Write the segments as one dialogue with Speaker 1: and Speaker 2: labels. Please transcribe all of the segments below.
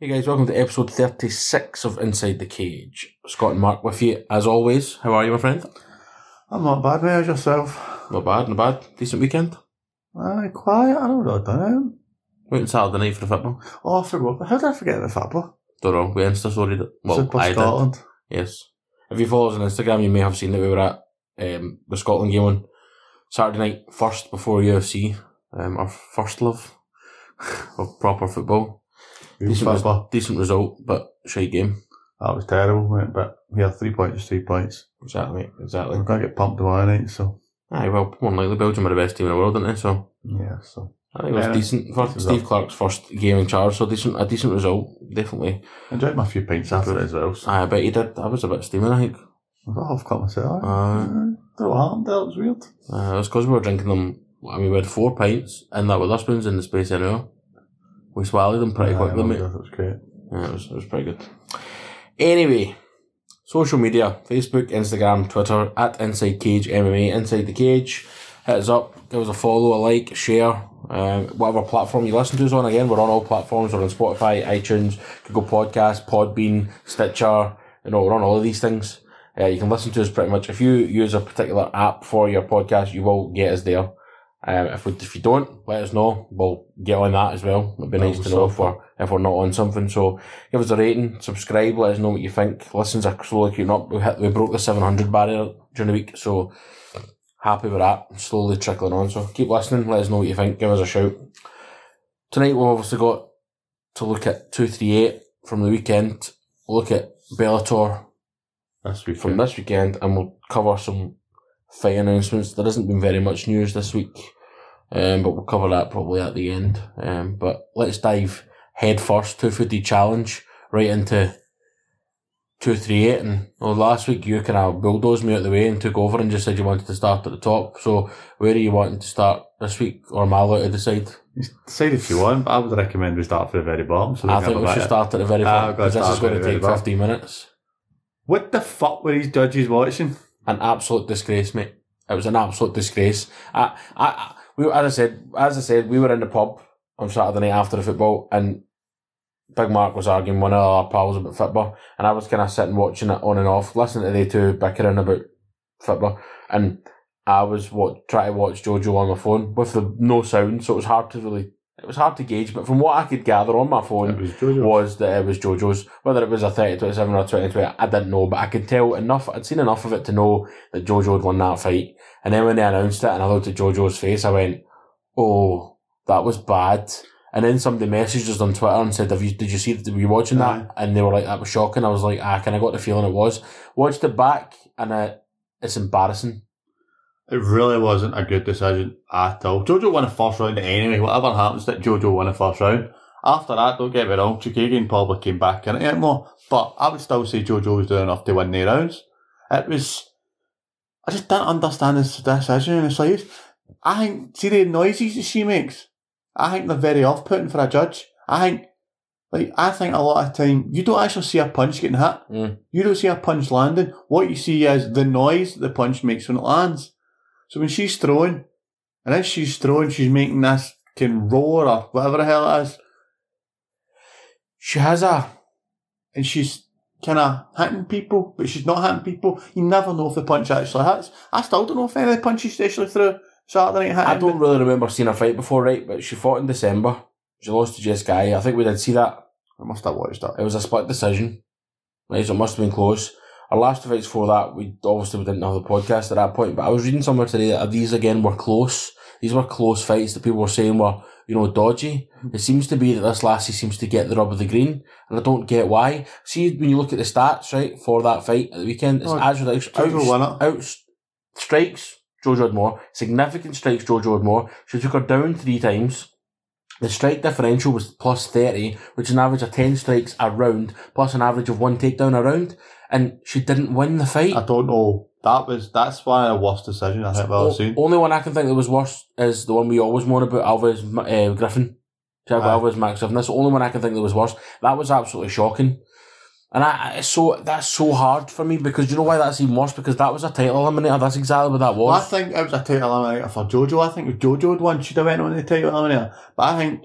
Speaker 1: Hey guys, welcome to episode 36 of Inside the Cage. Scott and Mark with you, as always. How are you, my friend?
Speaker 2: I'm not bad, mate. How's yourself?
Speaker 1: Not bad, not bad. Decent weekend.
Speaker 2: Aye, quiet. I don't really do
Speaker 1: Waiting Saturday night for the football.
Speaker 2: it. Oh, I forgot. How did I forget about football?
Speaker 1: Don't know, we Insta storied it. Well,
Speaker 2: Super
Speaker 1: I did.
Speaker 2: Scotland.
Speaker 1: Yes. If you follow us on Instagram, you may have seen that we were at um, the Scotland game on Saturday night, first before UFC, um, our first love of proper football.
Speaker 2: Real
Speaker 1: Decent, res-
Speaker 2: football.
Speaker 1: decent result, but shite game.
Speaker 2: That was terrible, mate. But yeah, three points is three points.
Speaker 1: Exactly, exactly.
Speaker 2: We're going to get pumped tomorrow night, so.
Speaker 1: Aye, well, more than likely Belgium are the best team in the world, aren't they? So.
Speaker 2: Yeah, so.
Speaker 1: I think it was
Speaker 2: Yeah.
Speaker 1: decent for
Speaker 2: Result.
Speaker 1: Steve Clark's first game in charge, so decent a decent result, definitely.
Speaker 2: Enjoyed my few pints after it as well, so.
Speaker 1: Aye, I bet he did. I was a bit steaming, I think.
Speaker 2: I've got half cut myself.
Speaker 1: Aye.
Speaker 2: don't know what happened there. It was weird.
Speaker 1: Uh, it was because we were drinking them. I mean, we had four pints and that with our spoons in the space of an hour. We swallowed them pretty
Speaker 2: Aye,
Speaker 1: quickly,
Speaker 2: I
Speaker 1: mate.
Speaker 2: remember That was great.
Speaker 1: Yeah, it was, it was pretty good. Anyway, social media Facebook, Instagram, Twitter, at Inside Cage MMA, Inside the Cage. Hit us up, give us a follow, a like, share, um, whatever platform you listen to us on. Again, we're on all platforms. We're on Spotify, iTunes, Google Podcasts, Podbean, Stitcher. You know, we're on all of these things. Uh, you can listen to us pretty much. If you use a particular app for your podcast, you will get us there. Um, if, we, if you don't, let us know. We'll get on that as well. It'd be
Speaker 2: Well,
Speaker 1: nice to
Speaker 2: so
Speaker 1: know if we're, if we're not on something. So give us a rating, subscribe, let us know what you think. Listens are slowly creeping up. We hit, we broke the 700 barrier during the week, so happy with that. Slowly trickling on. So keep listening, let us know what you think. Give us a shout. Tonight we've obviously got to look at 238 from the weekend. We'll look at Bellator
Speaker 2: That's weird.
Speaker 1: from this weekend, and we'll cover some fight announcements. There hasn't been very much news this week, um, but we'll cover that probably at the end. Um, but let's dive head first, two footy challenge, right into two three eight. And well, last week you kind of bulldozed me out the way and took over and just said you wanted to start at the top. So where are you wanting to start this week, or am I allowed to decide?
Speaker 2: Decide if you want, but I would recommend we start for the very bottom. So we
Speaker 1: I
Speaker 2: can
Speaker 1: think
Speaker 2: have
Speaker 1: we
Speaker 2: a
Speaker 1: should
Speaker 2: bit of-
Speaker 1: start at the very
Speaker 2: Ah,
Speaker 1: front
Speaker 2: I've got to
Speaker 1: because this
Speaker 2: start
Speaker 1: is going
Speaker 2: at
Speaker 1: to
Speaker 2: the very
Speaker 1: take
Speaker 2: back.
Speaker 1: fifteen minutes.
Speaker 2: What the fuck were these judges watching?
Speaker 1: an absolute disgrace, mate. It was an absolute disgrace. I, I, I- we, as I said, as I said, we were in the pub on Saturday night after the football, and Big Mark was arguing with one of our pals about football, and I was kind of sitting watching it on and off, listening to the two bickering about football, and I was what trying to watch JoJo on my phone with the no sound, so it was hard to really, it was hard to gauge. But from what I could gather on my phone,
Speaker 2: It was Jojo.
Speaker 1: was that it was JoJo's. Whether it was a 30 27 or 20 20, I didn't know, but I could tell enough, I'd seen enough of it to know that JoJo had won that fight. And then when they announced it and I looked at JoJo's face, I went, oh, that was bad. And then somebody messaged us on Twitter and said, Have you, did you see, were you watching that?
Speaker 2: Aye.
Speaker 1: And they were like, that was shocking. I was like, ah, kind of got the feeling it was. Watched it back and uh, it's embarrassing.
Speaker 2: It really wasn't a good decision at all. Jojo won the first round anyway. Whatever happens that Jojo won the first round. After that, don't get me wrong, Chikagian probably came back in it more. But I would still say Jojo was doing enough to win the rounds. It was I just don't understand this decision and it's like I think see the noises that she makes? I think they're very off putting for a judge. I think like I think a lot of time you don't actually see a punch getting hit.
Speaker 1: Mm.
Speaker 2: You don't see a punch landing. What you see is the noise the punch makes when it lands. So when she's throwing, and if she's throwing, she's making this can roar or whatever the hell it is,
Speaker 1: She has a,
Speaker 2: and she's kind of hitting people, but she's not hitting people. You never know if the punch actually hits. I still don't know if any of the punches she actually threw Saturday night hit.
Speaker 1: I don't really remember seeing a fight before, right? But she fought in December. She lost to Jessica. Eye. I think we did see that.
Speaker 2: I must have watched that.
Speaker 1: It was a split decision. Right, so it must have been close. Our last two fights for that, we obviously we didn't have the podcast at that point, but I was reading somewhere today that these again were close. These were close fights that people were saying were, you know, dodgy. It seems to be that this lassie seems to get the rub of the green, and I don't get why. See, when you look at the stats, right, for that fight at the weekend, it's
Speaker 2: Oh,
Speaker 1: actually out,
Speaker 2: Jojo won it.
Speaker 1: out strikes Jojo had more, significant strikes Jojo had more. She took her down three times. The strike differential was plus 30, which is an average of 10 strikes a round, plus an average of one takedown a round, and she didn't win the fight.
Speaker 2: I don't know. That was that's one of the worst decision I think I've ever
Speaker 1: O-
Speaker 2: seen.
Speaker 1: only one I can think that was worse is the one we always moan about, Alvarez M- uh, Griffin. Thiago
Speaker 2: Aye.
Speaker 1: Alvarez Max Griffin. That's the only one I can think that was worse. That was absolutely shocking. And I, I- it's so that's so hard for me because you know why that's even worse? Because that was a title eliminator. That's exactly what that was.
Speaker 2: Well, I think it was a title eliminator for Jojo. I think if Jojo had won, she'd have went on the title eliminator. But I think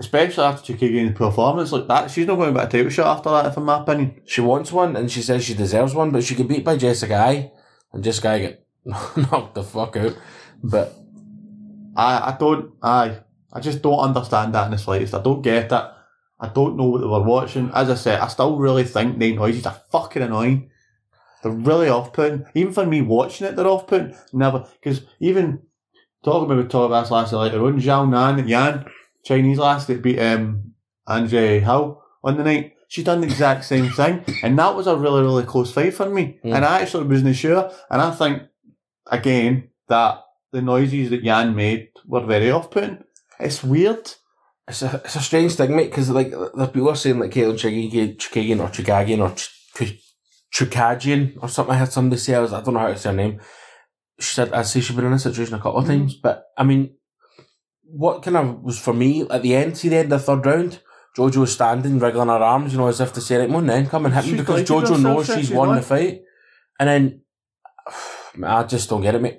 Speaker 2: especially after Chukwue's performance like that. She's not going to get a title shot after that, if in my opinion.
Speaker 1: She wants one and she says she deserves one, but she got beat by Jessica I and Jessica I get knocked the fuck out. But
Speaker 2: I, I don't, I, I just don't understand that in the slightest. I don't get it. I don't know what they were watching. As I said, I still really think the noises are fucking annoying. They're really off putting. Even for me watching it, they're off putting. Never, because even talking about talk about this last night later on, Zhao Nan and Yan, Chinese lass that beat um, Andre Hill on the night. She done the exact same thing, and that was a really, really close fight for me.
Speaker 1: Mm.
Speaker 2: And I actually wasn't sure. And I think, again, that the noises that Yan made were very off putting. It's weird.
Speaker 1: it's a, it's a strange thing, mate, because like the people are saying like Caitlin Chukagian Chukagian or Chukagian or Ch- Chukagian or something. I heard somebody say I was I don't know how to say her name. She said I see she's been in this situation a couple of times, but I mean, what kind of was for me at the end? See the end of the third round. Jojo was standing, wriggling her arms, you know, as if to say, like, "Mon, then come and hit me,"
Speaker 2: She's
Speaker 1: because
Speaker 2: like, "You
Speaker 1: Jojo
Speaker 2: don't
Speaker 1: knows
Speaker 2: sound
Speaker 1: she's
Speaker 2: sexy,
Speaker 1: won the
Speaker 2: like."
Speaker 1: fight, and then I just don't get it, mate.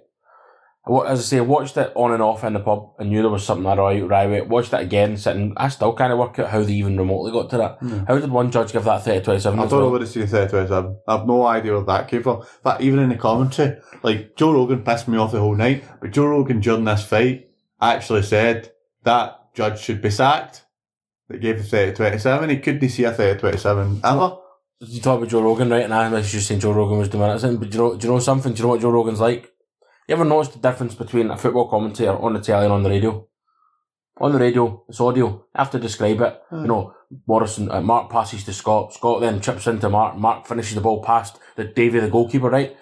Speaker 1: I wa- As I say, I watched it on and off in the pub and knew there was something I right, right with it. Watched it again, sitting. I still kind of work out how they even remotely got to that. How did one judge give that 30 27?
Speaker 2: I
Speaker 1: as
Speaker 2: don't know
Speaker 1: well?
Speaker 2: what it's in 37. I've no idea where that came from. But even in the commentary, like Joe Rogan pissed me off the whole night, but Joe Rogan during this fight actually said that judge should be sacked. That gave the 30 27. He couldn't see a 30 27 ever.
Speaker 1: You talk about Joe Rogan, right? And I was just saying Joe Rogan was doing it. isn't it? But do you, know, do you know something? Do you know what Joe Rogan's like? You ever noticed the difference between a football commentator on the telly and on the radio? On the radio, it's audio. I have to describe it.
Speaker 2: Hmm.
Speaker 1: You know, Morrison, uh, Mark passes to Scott. Scott then chips into Mark. Mark finishes the ball past the Davy, the goalkeeper, right?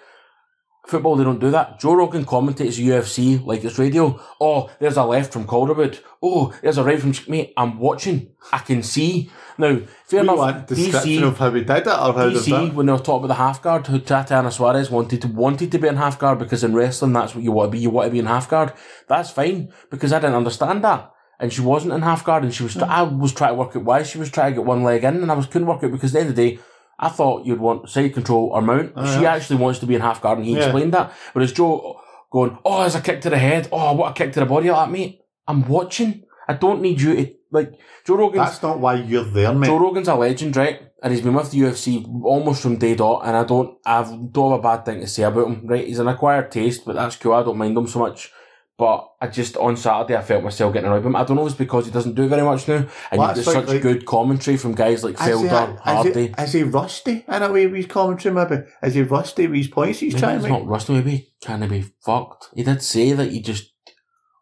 Speaker 1: Football, they don't do that. Joe Rogan commentates UFC like it's radio. Oh, there's a left from Calderwood. Oh, there's a right from... Ch- Mate, I'm watching. I can see. Now, fair
Speaker 2: We
Speaker 1: enough,
Speaker 2: want description
Speaker 1: DC
Speaker 2: of how he did it or how they've done
Speaker 1: DC
Speaker 2: it.
Speaker 1: when they were talking about the half guard, who Tatiana Suarez wanted to wanted to be in half guard because in wrestling that's what you want to be. You want to be in half guard. That's fine because I didn't understand that, and she wasn't in half guard, and she was. try- I was trying to work out why she was trying to get one leg in, and I was couldn't work it because at the end of the day. I thought you'd want side control or mount. she
Speaker 2: Oh, yeah.
Speaker 1: actually wants to be in half guard, and he
Speaker 2: Yeah.
Speaker 1: explained that. Whereas Joe going, "Oh, there's a kick to the head. Oh, what a kick to the body!" Like, mate, I'm watching. I don't need you to like Joe Rogan's
Speaker 2: That's not why you're there, mate.
Speaker 1: Joe Rogan's a legend, right? And he's been with the UFC almost from day dot, and I don't, I don't have a bad thing to say about him, right? He's an acquired taste, but that's cool. I don't mind him so much. But I just on Saturday I felt myself getting annoyed with him. I don't know if it's because he doesn't do very much now, and
Speaker 2: Well,
Speaker 1: there's
Speaker 2: that's
Speaker 1: such
Speaker 2: like- like-
Speaker 1: good commentary from guys like
Speaker 2: Is he-
Speaker 1: Felder,
Speaker 2: is, he,
Speaker 1: Hardy.
Speaker 2: is he rusty in a way with his commentary, maybe? Is he rusty with his points he's
Speaker 1: Maybe
Speaker 2: trying
Speaker 1: he's
Speaker 2: to make?
Speaker 1: not rusty. Maybe he kind of be fucked. He did say that he just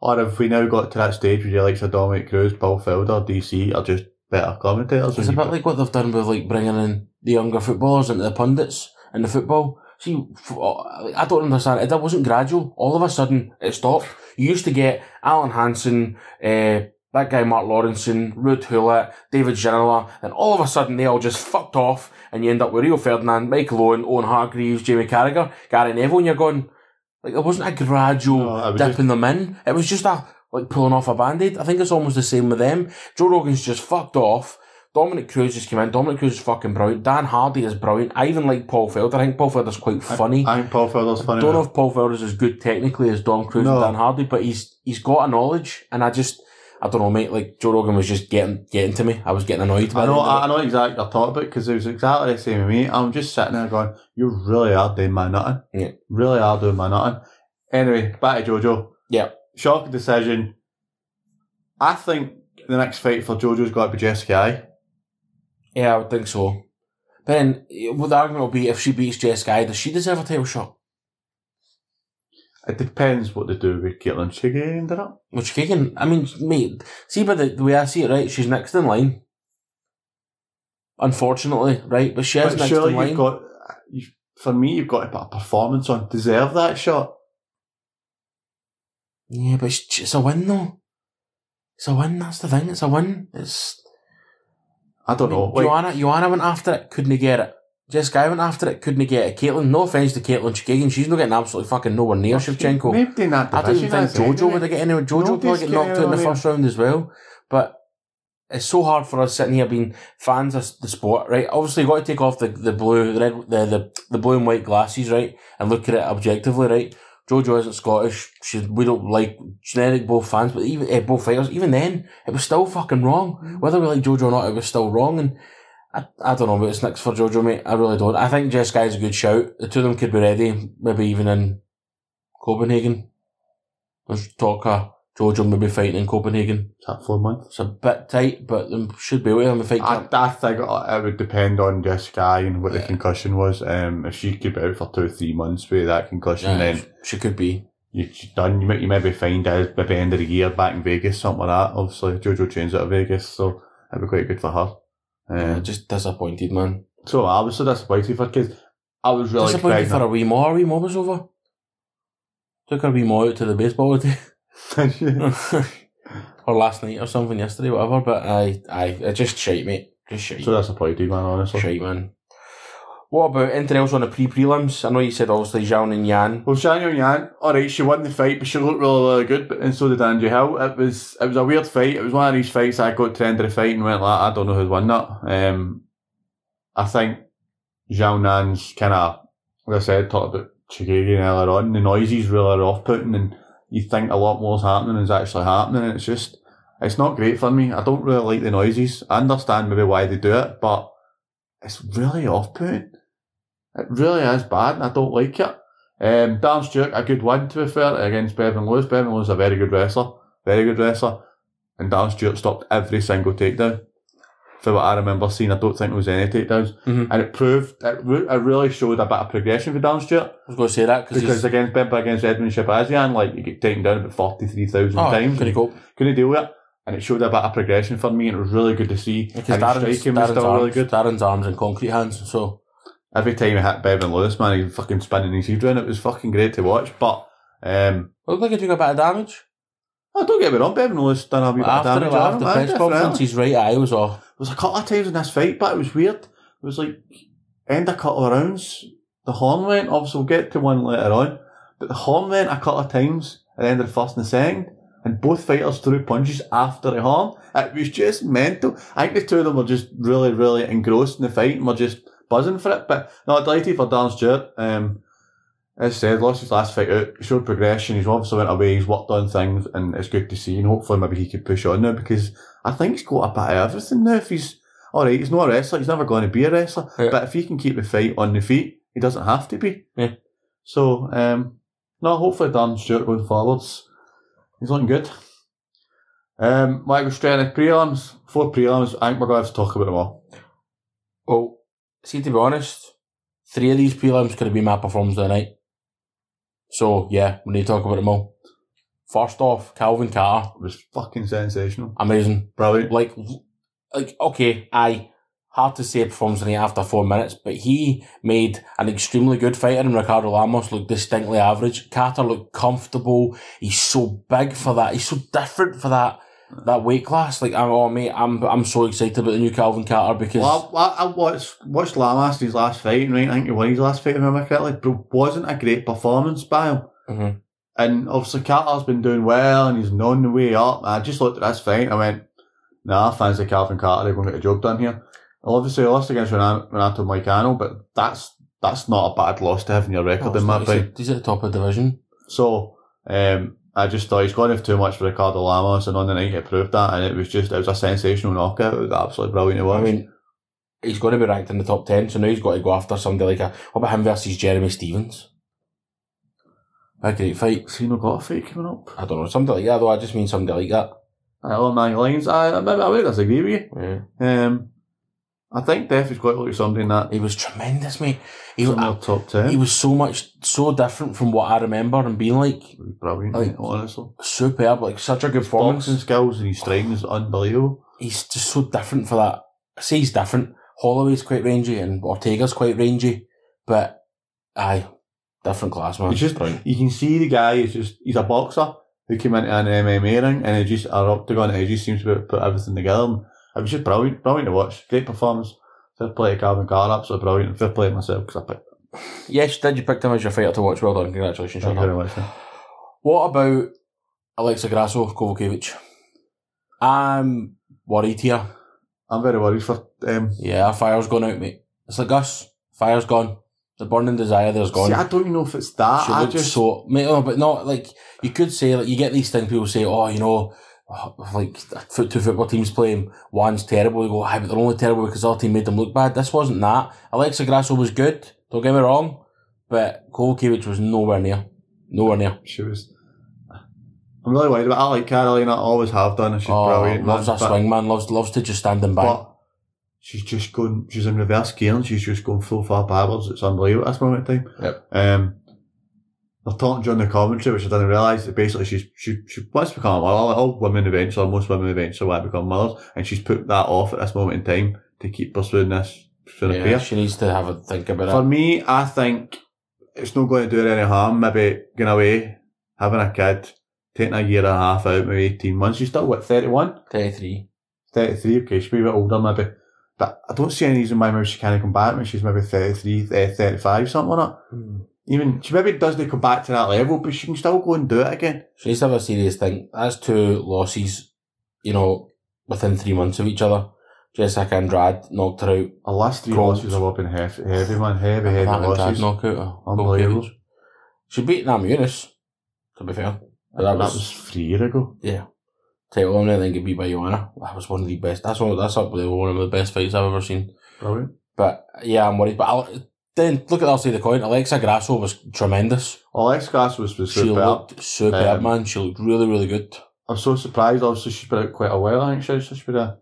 Speaker 2: Or if we now got to that stage where you like Sir Dominic Cruz, Paul Felder, DC are just better commentators.
Speaker 1: It's a
Speaker 2: and you
Speaker 1: bit like what they've done with like bringing in the younger footballers into the pundits in the football. See, f- uh, I don't understand. It that wasn't gradual. All of a sudden, it stopped. You used to get Alan Hansen, uh, that guy Mark Lawrenson, Rude Hullett, David Ginola, and all of a sudden they all just fucked off, and you end up with Rio Ferdinand, Michael Owen, Owen Hargreaves, Jamie Carragher, Gary Neville, and you're going like there wasn't a gradual
Speaker 2: No, it was
Speaker 1: dipping them in. It was just a like pulling off a band-aid. I think it's almost the same with them. Joe Rogan's just fucked off. Dominic Cruz just came in. Dominic Cruz is fucking brilliant. Dan Hardy is brilliant. I even like Paul Felder. I think Paul Felder's quite funny.
Speaker 2: I think Paul Felder's funny.
Speaker 1: don't know
Speaker 2: man.
Speaker 1: if Paul Felder's as good technically as Dom Cruz
Speaker 2: No.
Speaker 1: and Dan Hardy, but he's he's got a knowledge, and I just I don't know, mate. Like Joe Rogan was just getting getting to me. I was getting annoyed. by
Speaker 2: I
Speaker 1: the
Speaker 2: know,
Speaker 1: end of it.
Speaker 2: I, I know exactly what you're talking about because it was exactly the same with me. I'm just sitting there going, you really are doing my nothing.
Speaker 1: Yeah.
Speaker 2: Really are doing my nothing. Anyway, back to Jojo.
Speaker 1: Yeah.
Speaker 2: Shocking decision. I think the next fight for Jojo's got to be Jessica I.
Speaker 1: Yeah, I would think so. Then eh, well, the argument will be if she beats Jess Guy, does she deserve a title shot?
Speaker 2: It depends what they do with Caitlin Chiggy ended up.
Speaker 1: Which kicking, I mean, mate, see by the, the way I see it, right, she's next in line. Unfortunately, right, but she is
Speaker 2: But
Speaker 1: next
Speaker 2: surely
Speaker 1: in
Speaker 2: you've
Speaker 1: line.
Speaker 2: got, you, for me, you've got to put a performance on. Deserve that shot.
Speaker 1: yeah, but it's, it's a win though. It's a win. That's the thing. It's a win. It's
Speaker 2: I don't
Speaker 1: I mean,
Speaker 2: know. Like,
Speaker 1: Joanna. Joanna went after it. Couldn't get it. Jess Guy went after it. Couldn't get it. Caitlin. No offense to Caitlin Chikagan. She's not getting absolutely fucking nowhere near Shevchenko.
Speaker 2: Maybe in that
Speaker 1: I don't even
Speaker 2: division,
Speaker 1: think
Speaker 2: I'd say,
Speaker 1: Jojo would
Speaker 2: anyway.
Speaker 1: have got anywhere. Jojo would probably get
Speaker 2: Nobody's
Speaker 1: knocked out in the
Speaker 2: getting
Speaker 1: first round as well. But it's so hard for us sitting here being fans of the sport, right? Obviously, you've got to take off the, the blue, the red, the, the the blue and white glasses, right, and look at it objectively, right. Jojo isn't Scottish. She, we don't like generic both fans, but even eh, both fighters. Even then, it was still fucking wrong.
Speaker 2: Mm-hmm.
Speaker 1: Whether we like Jojo or not, it was still wrong. And I, I don't know what it's next for Jojo, mate. I really don't. I think Jess Guy's a good shout. The two of them could be ready, maybe even in Copenhagen. There's talk of Jojo maybe fighting in Copenhagen.
Speaker 2: Is that four months?
Speaker 1: It's a bit tight, but they should be away on the fight
Speaker 2: I,
Speaker 1: camp.
Speaker 2: I think it would depend on this guy and what
Speaker 1: Yeah.
Speaker 2: the concussion was. Um, if she could be out for two or three months with that concussion,
Speaker 1: Yeah,
Speaker 2: then
Speaker 1: she could be.
Speaker 2: you, you're done. You, may- you maybe find out by the end of the year back in Vegas, something like that. Obviously, Jojo trains out of Vegas, so that'd be quite good for her.
Speaker 1: Yeah.
Speaker 2: Um,
Speaker 1: Just disappointed, man.
Speaker 2: so I was so disappointed for kids. I was really
Speaker 1: disappointed
Speaker 2: expecting
Speaker 1: for a wee more. Our wee more was over. Took our wee more out to the baseball today. or last night or something yesterday, whatever. But I, I, it just shite, mate. Just shite.
Speaker 2: so disappointed, man. Honestly.
Speaker 1: shite, man. What about anything else on the pre prelims? I know you said obviously Zhao and Yan.
Speaker 2: Well, Shannon Yan, all right, she won the fight, but she looked really, really good. But and so did Angie Hill. It was it was a weird fight. It was one of these fights that I got to the end of the fight and went like, I don't know who's won that. Um, I think Zhao Nan's kind of, like I said, talked about Chikagi earlier on. The noises really are off putting, and you think a lot more's happening than is actually happening. And it's just, it's not great for me. I don't really like the noises. I understand maybe why they do it, but it's really off putting. It really is bad, and I don't like it. Um, Dan Stewart, a good win to be fair against Bevan Lewis. Bevan Lewis is a very good wrestler, very good wrestler, and Dan Stewart stopped every single takedown. For what I remember seeing, I don't think there was any takedowns,
Speaker 1: Mhm.
Speaker 2: and it proved it, re- it really showed a bit of progression for Dan Stewart
Speaker 1: I was going to say that cause
Speaker 2: because
Speaker 1: he's,
Speaker 2: against Bimba against Edmund Shabazian, like you get taken down about forty three thousand
Speaker 1: oh,
Speaker 2: times,
Speaker 1: couldn't cope.
Speaker 2: couldn't deal with it, and it showed a bit of progression for me, and it was really good to see.
Speaker 1: Because
Speaker 2: and his
Speaker 1: Darren's,
Speaker 2: striking was
Speaker 1: Darren's,
Speaker 2: still
Speaker 1: arms,
Speaker 2: really good.
Speaker 1: Darren's arms and concrete hands. So
Speaker 2: Every time he hit Bevan Lewis, man, he was fucking spinning his head around. It was fucking great to watch, but. Um,
Speaker 1: looked like he took a bit of damage.
Speaker 2: Oh, don't get me wrong, Bevan Lewis done a wee bit of
Speaker 1: After,
Speaker 2: damage.
Speaker 1: it, after the
Speaker 2: on him,
Speaker 1: press
Speaker 2: man, definitely.
Speaker 1: conference, his right eye was off.
Speaker 2: There was a couple of times in this fight, but it was weird. It was like, end a couple of rounds, the horn went, obviously we'll get to one later on, but the horn went a couple of times at the end of the first and the second, and both fighters threw punches after the horn. It was just mental. I think the two of them were just really, really engrossed in the fight and were just buzzing for it, but no, delighted for Dan Stewart. Um, as said, lost his last fight out, showed progression, he's obviously went away, he's worked on things, and it's good to see, and hopefully maybe he could push on now, because I think he's got a bit of everything now. If he's all right, he's not a wrestler. He's never going to be a wrestler.
Speaker 1: Yeah.
Speaker 2: But if he can keep the fight on the feet, he doesn't have to be.
Speaker 1: Yeah.
Speaker 2: So, um, no, hopefully Dan Stewart going forwards, he's looking good. Um, Mike was straight in the prelims. Four prelims. I think we're going to have to talk about them all.
Speaker 1: Well, oh, see, to be honest, three of these prelims could have been my performance of the night. So, yeah, we need to talk about them all. First off, Calvin Carter,
Speaker 2: It was fucking sensational.
Speaker 1: amazing.
Speaker 2: Brilliant.
Speaker 1: Like, like okay, I hard to say performance of the night after four minutes, but he made an extremely good fighter, and Ricardo Lamos looked distinctly average. Carter looked comfortable. He's so big for that. He's so different for that. That weight class, like, oh mate, I'm I'm so excited about the new Calvin Carter because
Speaker 2: Well, I, I watched, watched Lamas in his last fight, and right, I think he won his last fight, if I remember correctly, but it wasn't a great performance by him.
Speaker 1: Mhm.
Speaker 2: And obviously, Carter's been doing well, and he's known the way up. I just looked at this fight, and I went, nah, I fancy Calvin Carter, they're going to get a job done here. Well, obviously, he lost against Renan- Renato Moicano, but that's that's not a bad loss to have in your record, in my
Speaker 1: he's,
Speaker 2: opinion.
Speaker 1: at, he's at the top of the division.
Speaker 2: So um, I just thought he's going to have too much for Ricardo Lamos, and on the night it proved that, and it was just, it was a sensational knockout. It was absolutely brilliant to watch.
Speaker 1: I mean, he's going to be ranked in the top 10, so now he's got to go after somebody like a. What about him versus Jeremy Stevens? A great fight.
Speaker 2: Has he not got a fight coming up?
Speaker 1: I don't know, somebody like that, though. I just mean somebody like that.
Speaker 2: Aye, along my lines, Uh, I, I maybe I would disagree with
Speaker 1: Yeah.
Speaker 2: you. Um, I think Def has got to look at something that
Speaker 1: He was tremendous, mate. He,
Speaker 2: he's in
Speaker 1: was
Speaker 2: their top ten.
Speaker 1: he was so much, so different from what I remember and being like.
Speaker 2: brilliant,
Speaker 1: I think-
Speaker 2: honestly.
Speaker 1: Superb, like such a good performance.
Speaker 2: Boxing skills and his striking is unbelievable.
Speaker 1: He's just so different for that. I say he's different. Holloway's quite rangy and Ortega's quite rangy, but aye, different class, man.
Speaker 2: It's just-
Speaker 1: Brilliant.
Speaker 2: You can see the guy is just he's a boxer who came into an MMA ring and he just are up to go and he just seems to be able to put everything together. And it was just brilliant, brilliant to watch. Great performance. Fair play to Calvin Carter, absolutely brilliant. Fair play to myself because I picked.
Speaker 1: Yes, you did. You picked him as your fighter to watch. Well done. Congratulations.
Speaker 2: Thank you
Speaker 1: Sean.
Speaker 2: very much. man.
Speaker 1: What about Alexa Grasso, Kovacevic? I'm worried here.
Speaker 2: I'm very worried for um,
Speaker 1: Yeah, our fire's gone out, mate. It's like us. Fire's gone. The burning desire there's gone.
Speaker 2: See, I don't even know if it's that.
Speaker 1: she
Speaker 2: I
Speaker 1: looked
Speaker 2: just
Speaker 1: so mate, no, but not like you could say like you get these things people say oh you know oh, like foot two football teams playing one's terrible you go ah, but they're only terrible because our team made them look bad this wasn't that Alexa Grasso was good don't get me wrong but Kovacic was nowhere near nowhere near
Speaker 2: she was. I'm really worried about. I like Carolina. I always have done. and She's
Speaker 1: oh,
Speaker 2: brilliant.
Speaker 1: loves
Speaker 2: man,
Speaker 1: that
Speaker 2: but-
Speaker 1: swing man loves loves to just stand and bang
Speaker 2: But she's just going, she's in reverse gear and she's just going full far backwards. It's unbelievable at this moment in time.
Speaker 1: Yep.
Speaker 2: Um, they're talking during the commentary, which I didn't realise that basically she's, she, she wants to become a mother. Like all women eventually, most women eventually want to become mothers. And she's put that off at this moment in time to keep pursuing this, pursuing a
Speaker 1: yeah,
Speaker 2: career.
Speaker 1: she needs to have a think
Speaker 2: For
Speaker 1: about
Speaker 2: me, I think it's not going to do her any harm. Maybe going away, having a kid, taking a year and a half out, maybe 18 months. She's still, what, 31?
Speaker 1: it 33
Speaker 2: 33, okay, she's a wee bit older maybe. But I don't see any reason why maybe she can't come back when she's maybe 33, eh, 35, something like that. Even, she maybe doesn't come back to that level, but she can still go and do it again.
Speaker 1: she needs to have a serious think that's two losses you know within three months of each other Jessica Andrade knocked her out
Speaker 2: Her last three
Speaker 1: Cold.
Speaker 2: losses have all been heavy, heavy man, heavy, heavy
Speaker 1: That and Dad
Speaker 2: losses.
Speaker 1: knockout. her.
Speaker 2: Unbelievable.
Speaker 1: Goalkeeper. She beat Nam Yunus, to be fair. But that
Speaker 2: that,
Speaker 1: was,
Speaker 2: was, three years ago.
Speaker 1: title on and then get beat by Joanna. That was one of the best. That's one. That's up there. One of the best fights I've ever seen.
Speaker 2: Brilliant.
Speaker 1: But yeah, I'm worried. But I'll, then look at the other side of the coin. Alexa Grasso was tremendous.
Speaker 2: Alex Glass was, was
Speaker 1: She
Speaker 2: superb.
Speaker 1: looked superb,
Speaker 2: Um,
Speaker 1: man. She looked really, really good.
Speaker 2: I'm so surprised, obviously she's been out quite a while, I think she, she's been a,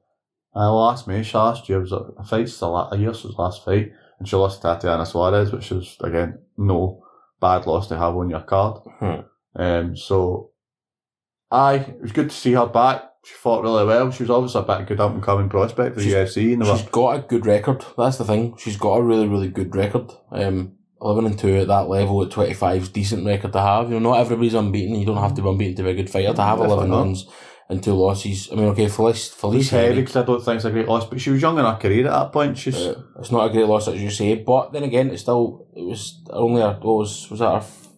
Speaker 2: uh, last March, last year, was a, a fight, still a, a year since last fight, and she lost to Tatiana Suarez, which was, again, no bad loss to have on your card.
Speaker 1: Hmm.
Speaker 2: Um, so, aye, it was good to see her back. She fought really well. She was obviously a bit of good up and coming prospect for the
Speaker 1: She's-
Speaker 2: UFC. And they were,
Speaker 1: She's got a good record. That's the thing. She's got a really, really good record. Um, eleven and two at that level at twenty five is decent record to have. You know, not everybody's unbeaten. You don't have to be unbeaten to be a good fighter to have
Speaker 2: Definitely
Speaker 1: eleven
Speaker 2: not.
Speaker 1: wins and two losses. I mean, okay, Felice,
Speaker 2: Lee's
Speaker 1: Felice,
Speaker 2: heavy because I don't think it's a great loss, but she was young in her career at that point. She's
Speaker 1: uh, it's not a great loss as you say, but then again, it's still it was only her. What was was that her? f-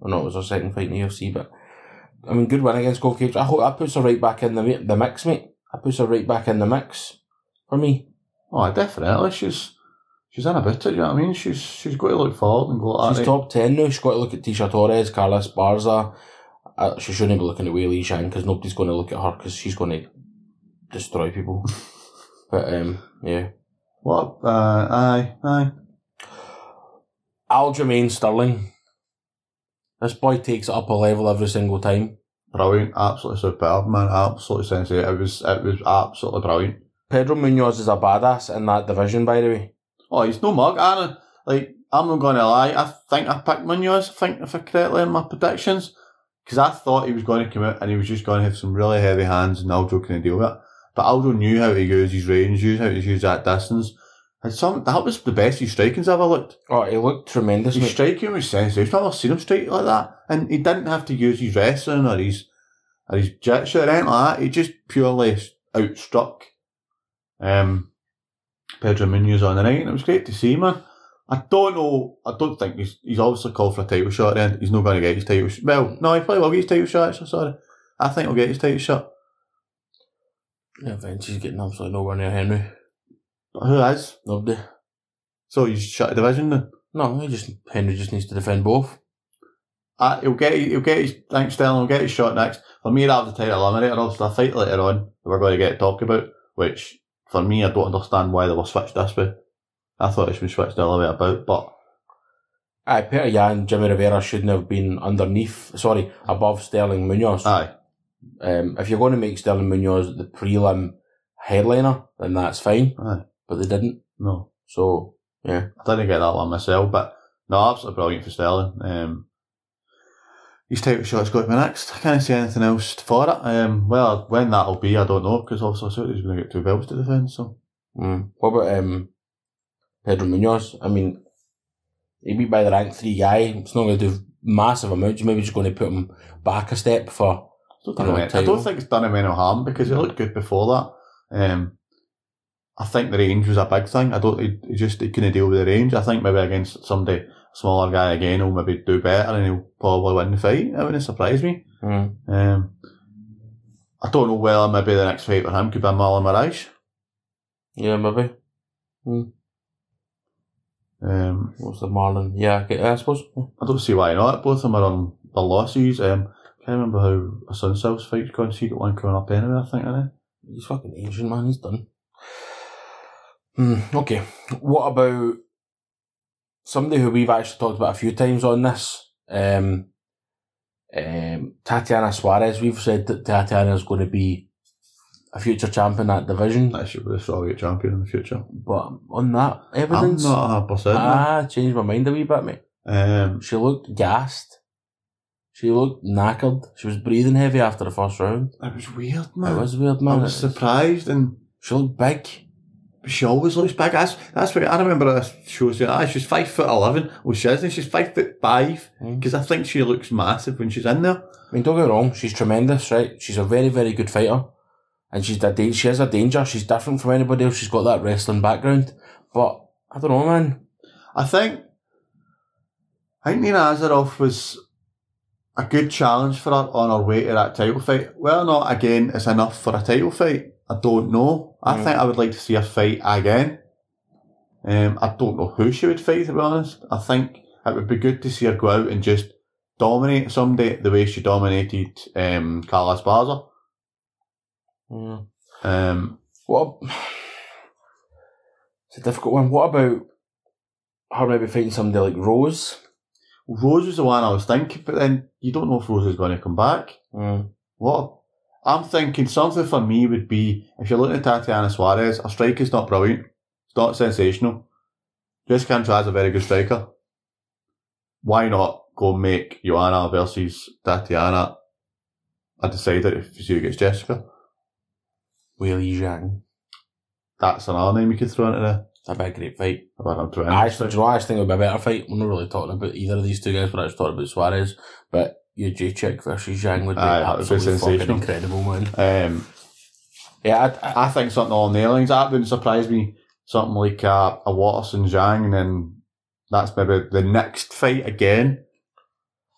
Speaker 1: Or no, it was her second fight in the UFC, but. I mean, good win against Gold Cage. I hope that puts her right back in the mi- the mix, mate. That puts her right back in the mix for me.
Speaker 2: oh, definitely. She's she's in about it. You know what I mean? She's she's got to look forward and go. at
Speaker 1: She's
Speaker 2: it.
Speaker 1: top 10 now. She's got to look at Tisha Torres, Carlos Barza. Uh, she shouldn't be looking at Wei Li Shang because nobody's going to look at her because she's going to destroy people. but, um, yeah.
Speaker 2: What? Uh, aye, aye.
Speaker 1: Aljamain Sterling. This boy takes it up a level every single time.
Speaker 2: Brilliant. Absolutely superb, man. Absolutely sensational. It was it was absolutely brilliant.
Speaker 1: Pedro Munoz is a badass in that division, by the way.
Speaker 2: Oh, he's no mug. I like. I'm not going to lie. I think I picked Munoz. I think if I correctly in my predictions, because I thought he was going to come out and he was just going to have some really heavy hands, and Aldo can deal with it. But Aldo knew how to use his range, use how to use that distance. And some that was the best his striking's ever looked.
Speaker 1: Oh, he looked tremendous.
Speaker 2: His
Speaker 1: mate.
Speaker 2: striking was sensational. I've never seen him strike like that, and he didn't have to use his wrestling or his or his jiu-jitsu or anything like that. He just purely outstruck um, Pedro Munoz on the night, and it was great to see, man. I don't know. I don't think he's he's obviously called for a title shot. Then he's not going to get his title. Sh- well, no, he probably will get his title shot. Actually, sorry, I think he'll get his title shot.
Speaker 1: Yeah, Vinci's getting absolutely nowhere near Henry.
Speaker 2: But who is?
Speaker 1: Nobody.
Speaker 2: So he's shut the division then.
Speaker 1: No, he just Henry just needs to defend both.
Speaker 2: Uh, he'll get he'll get his thanks Sterling, he'll get his shot next. For me that was the title eliminator, obviously a fight later on that we're going to get to talk about, which for me I don't understand why they were switched this way. I thought it should be switched the other way about, but
Speaker 1: Aye, Peter Yan, Jimmy Rivera shouldn't have been underneath, sorry, above Sterling Munoz.
Speaker 2: aye.
Speaker 1: Um, if you're going to make Sterling Munoz the prelim headliner, then that's fine.
Speaker 2: Aye.
Speaker 1: But they didn't.
Speaker 2: No.
Speaker 1: So
Speaker 2: I didn't get that one myself, but no, absolutely brilliant for Sterling. Um his title shot's got to be next. I can't see anything else for it. Um, well, when that'll be, I don't know, because obviously he's going to get two belts to defend. So
Speaker 1: mm. what about um, Pedro Munoz? I mean, he beat by the rank three guy. It's not going to do massive amounts. You're maybe just going to put him back a step for.
Speaker 2: It's not done
Speaker 1: Yeah,
Speaker 2: him any- I
Speaker 1: title.
Speaker 2: don't think it's done him any harm because he looked good before that. Um, I think the range was a big thing. I don't. He, he just he couldn't deal with the range. I think maybe against somebody a smaller guy again, he'll maybe do better and he'll probably win the fight. It wouldn't surprise me.
Speaker 1: Mm.
Speaker 2: Um, I don't know whether maybe the next fight with him could be Marlon Moraes.
Speaker 1: Yeah, maybe.
Speaker 2: Um,
Speaker 1: What's the Marlon? Yeah, I, I suppose.
Speaker 2: I don't see why not. Both of them are on the losses. Um, can't remember how a Sun Cells fight's going. So you got one coming up anyway, I think, innit?
Speaker 1: He's fucking ancient, man. He's done. Hmm, okay. What about somebody who we've actually talked about a few times on this? Um, um, Tatiana Suarez. We've said that Tatiana's going to be a future champion at division,
Speaker 2: That should be the Soviet champion in the future.
Speaker 1: but on that
Speaker 2: I'm
Speaker 1: evidence,
Speaker 2: not 100%. man.
Speaker 1: I changed my mind a wee bit, mate.
Speaker 2: Um,
Speaker 1: She looked gassed. She looked knackered. She was breathing heavy after the first round.
Speaker 2: it was weird,
Speaker 1: It
Speaker 2: man.
Speaker 1: was weird, man.
Speaker 2: I was surprised and
Speaker 1: She looked big.
Speaker 2: she always looks big. That's that's what I remember. I shows saying, ah, she's five foot eleven. Well, she isn't. She's five foot five
Speaker 1: Mm.
Speaker 2: because I think she looks massive when she's in there.
Speaker 1: I mean, don't get me wrong, she's tremendous, right? She's a very, very good fighter. And she's a da- she is a danger. She's different from anybody else. She's got that wrestling background. But I don't know, man.
Speaker 2: I think. I think Nina Azaroff was a good challenge for her on her way to that title fight. Well, not again. It's enough for a title fight. I don't know. I
Speaker 1: Mm.
Speaker 2: think I would like to see her fight again. Um, I don't know who she would fight. To be honest, I think it would be good to see her go out and just dominate someday the way she dominated um, Carla Sparza.
Speaker 1: Mm.
Speaker 2: Um,
Speaker 1: What? a- it's a difficult one. What about her maybe fighting somebody like Rose?
Speaker 2: Rose was the one I was thinking, but then you don't know if Rose is going to come back.
Speaker 1: Mm.
Speaker 2: What? I'm thinking something for me would be if you're looking at Tatiana Suarez, her strike is not brilliant. It's not sensational. Jessica Andrade's a very good striker. Why not go make Joanna versus Tatiana a decider if you see who gets Jessica?
Speaker 1: Willie Zhang.
Speaker 2: That's another name you could throw into there.
Speaker 1: That'd be a great fight.
Speaker 2: I don't know, I'm trying.
Speaker 1: I actually, do you know, what I actually think it would be a better fight. We're not really talking about either of these two guys. We're actually talking about Suarez, but your J Chick versus Zhang would be
Speaker 2: Aye, that would be
Speaker 1: absolutely fucking
Speaker 2: sensational.
Speaker 1: incredible, man.
Speaker 2: Um,
Speaker 1: Yeah, I, I,
Speaker 2: I think something along the airlines. That wouldn't surprise me. Something like uh, a Watterson Zhang, and then that's maybe the next fight again.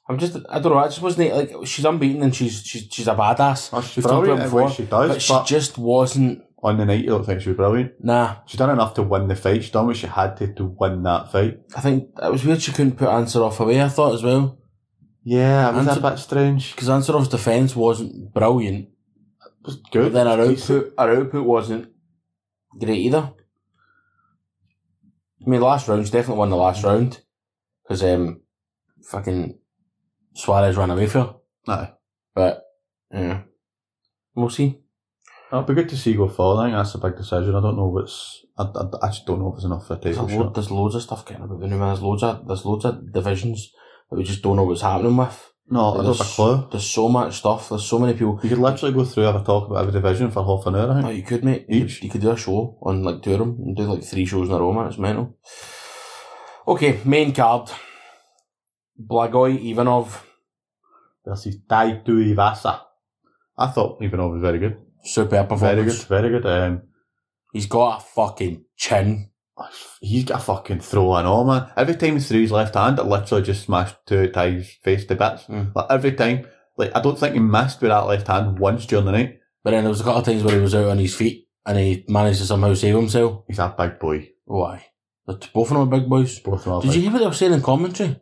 Speaker 1: I'm just, I don't know. I just wasn't like she's unbeaten and she's she's she's a badass,
Speaker 2: Oh, she's
Speaker 1: We've talked
Speaker 2: brilliant
Speaker 1: about
Speaker 2: at
Speaker 1: before,
Speaker 2: what she does,
Speaker 1: but
Speaker 2: but,
Speaker 1: she just wasn't.
Speaker 2: on the night you don't think she was brilliant.
Speaker 1: Nah,
Speaker 2: She's done enough to win the fight. She's done what she had to to win that fight.
Speaker 1: I think it was weird she couldn't put Ansaroff away. I thought as well
Speaker 2: Yeah, it was
Speaker 1: And
Speaker 2: a bit strange.
Speaker 1: because Ansaroff's defense wasn't brilliant,
Speaker 2: It was
Speaker 1: but
Speaker 2: good.
Speaker 1: then her
Speaker 2: Decent.
Speaker 1: output her output wasn't great either. I mean, last round she definitely won the last round because um, fucking Suarez ran away for her.
Speaker 2: Aye.
Speaker 1: but yeah, we'll see.
Speaker 2: It'll be good to see go forward. I think that's a big decision. I don't know what's. I, I, I just don't know if it's enough for a
Speaker 1: There's, a
Speaker 2: title
Speaker 1: load,
Speaker 2: shot.
Speaker 1: there's loads of stuff getting about the new man. There's loads of there's loads of divisions that we just don't know what's happening with.
Speaker 2: No, I don't
Speaker 1: there's,
Speaker 2: have a clue.
Speaker 1: There's so much stuff. There's so many people.
Speaker 2: You could literally go through have a talk about every division for half an hour. I
Speaker 1: Oh,
Speaker 2: think.
Speaker 1: you could mate. You
Speaker 2: Each.
Speaker 1: could, you could do a show on like two of them and do like three shows in a row, man. It's mental. Okay, main card. Blagoy Ivanov,
Speaker 2: Versus Daidu Ivasa. I thought Ivanov was very good.
Speaker 1: superb performance.
Speaker 2: Very good. Very good. Um,
Speaker 1: He's got a fucking chin.
Speaker 2: he's got a fucking throw and all, man. Every time he threw his left hand, it literally just smashed two Tai's face to bits.
Speaker 1: Mm.
Speaker 2: Like every time, like I don't think he missed with that left hand once during the night.
Speaker 1: But then there was a couple of times where he was out on his feet and he managed to somehow save himself.
Speaker 2: He's a big boy.
Speaker 1: Why? But both of them are big boys.
Speaker 2: Both of them are
Speaker 1: Did you
Speaker 2: big.
Speaker 1: hear what they were saying in commentary?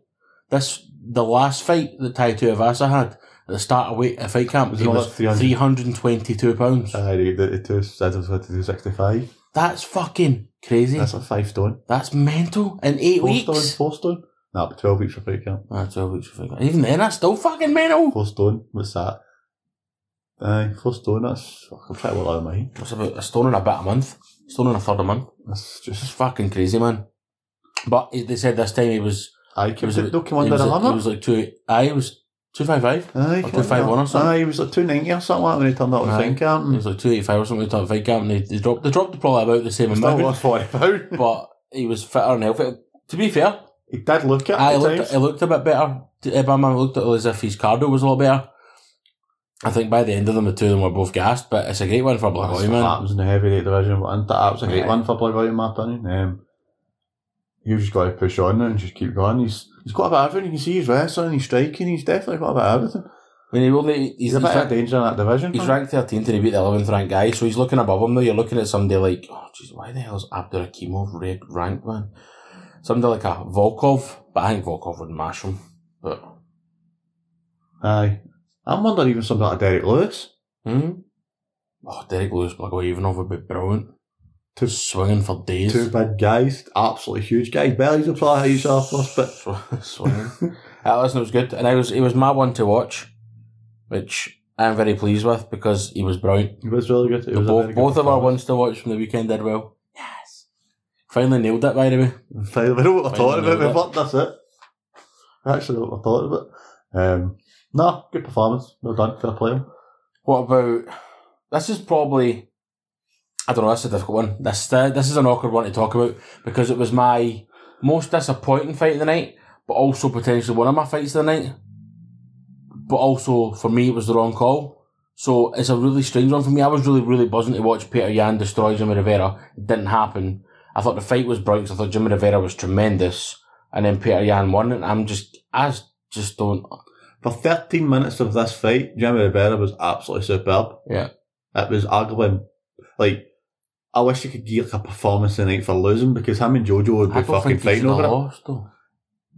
Speaker 1: This the last fight that Taito Avasa had at the start of weight, a fight camp.
Speaker 2: Was
Speaker 1: he
Speaker 2: it
Speaker 1: was
Speaker 2: like 300?
Speaker 1: three hundred and twenty-two pounds.
Speaker 2: Aye, the, Uh, the, the two sides were two sixty five.
Speaker 1: That's fucking crazy.
Speaker 2: That's
Speaker 1: That's,
Speaker 2: a five stone.
Speaker 1: mental. In eight
Speaker 2: Four
Speaker 1: weeks.
Speaker 2: stone. Four stone. Nah, but twelve weeks for free camp.
Speaker 1: Ah, 12 weeks of fight camp. Even then, that's still fucking mental.
Speaker 2: Four stone. What's that? Aye, four stone. That's fucking pretty well out of my head.
Speaker 1: That's about a stone and a bit a month. Stone and a third a month.
Speaker 2: That's
Speaker 1: It's
Speaker 2: just.
Speaker 1: fucking crazy, man. But he- they said this time he was.
Speaker 2: Aye,
Speaker 1: He
Speaker 2: came
Speaker 1: was,
Speaker 2: to, no, came
Speaker 1: he
Speaker 2: under
Speaker 1: was,
Speaker 2: the
Speaker 1: like- he
Speaker 2: hammer.
Speaker 1: was like two. Aye, he was 255.
Speaker 2: Aye,
Speaker 1: Or
Speaker 2: came
Speaker 1: two
Speaker 2: under the
Speaker 1: five
Speaker 2: hammer.
Speaker 1: one or something.
Speaker 2: Aye, he was like two ninety or something like that when he turned out
Speaker 1: Aye.
Speaker 2: the free camp.
Speaker 1: He was like 285 or something. He turned fight camp and they, they dropped, they dropped probably about the same
Speaker 2: Still
Speaker 1: amount.
Speaker 2: worth forty pound.
Speaker 1: but he was fitter and healthier. To be fair,
Speaker 2: He did look at
Speaker 1: I
Speaker 2: it.
Speaker 1: looked,
Speaker 2: at
Speaker 1: it looked a bit better. Ibama looked at it as if his cardio was a lot better. I think by the end of them, the two of them were both gassed, but it's a great one for
Speaker 2: That's
Speaker 1: Blagoy,
Speaker 2: what
Speaker 1: man.
Speaker 2: happens in the heavyweight division, but isn't that, that was a great
Speaker 1: Aye.
Speaker 2: one for Blagoy in my opinion. Um, you've just got to push on and just keep going. He's he's got about everything. You can see he's wrestling, he's striking, he's definitely got about everything.
Speaker 1: I mean, he only, he's,
Speaker 2: He's,
Speaker 1: he's,
Speaker 2: a bit of
Speaker 1: ranked,
Speaker 2: danger in that division.
Speaker 1: he's ranked 13th and he beat the 11th ranked guy, so he's looking above him now. You're looking at somebody like, oh, jeez, why the hell is Abdurakhimov ranked, man? Somebody like a Volkov, but I think Volkov would mash him. But
Speaker 2: Aye. I'm wondering even something like Derek Lewis.
Speaker 1: hmm? oh, Derek Lewis Blagoy Ivanov would be brilliant.
Speaker 2: To-
Speaker 1: swinging for days.
Speaker 2: Two big guys, absolutely huge guys. Belly's a player you saw first, but
Speaker 1: Sw- swinging. uh, listen, it was good, and I was it was my one to watch, which I'm very pleased with because he was brilliant.
Speaker 2: it was really good. It was a
Speaker 1: both
Speaker 2: very good
Speaker 1: both of our
Speaker 2: performance.
Speaker 1: ones to watch from the weekend did well. Yes, finally nailed it. By the way,
Speaker 2: Finally, we know what we're talking
Speaker 1: Finally
Speaker 2: about.
Speaker 1: know
Speaker 2: We've worked this out. Actually, know what we're talking about. Um, no, good performance. Well done for a player.
Speaker 1: what about this? Is probably I don't know. That's a difficult one. This uh, this is an awkward one to talk about because it was my most disappointing fight of the night, but also potentially one of my fights of the night. But also for me, it was the wrong call. So it's a really strange one for me. I was really, really buzzing to watch Peter Yan destroy Jimmy Rivera. It didn't happen. I thought the fight was brilliant. 'cause I thought Jimmy Rivera was tremendous, and then Peter Yan won. And I'm just, I just don't.
Speaker 2: For 13 minutes of this fight, Jimmy Rivera was absolutely superb.
Speaker 1: Yeah.
Speaker 2: It was arguably, like, I wish you could get like a performance tonight for losing because him and JoJo would
Speaker 1: I
Speaker 2: be
Speaker 1: don't
Speaker 2: fucking
Speaker 1: think he should
Speaker 2: fighting
Speaker 1: have
Speaker 2: over it.
Speaker 1: lost though.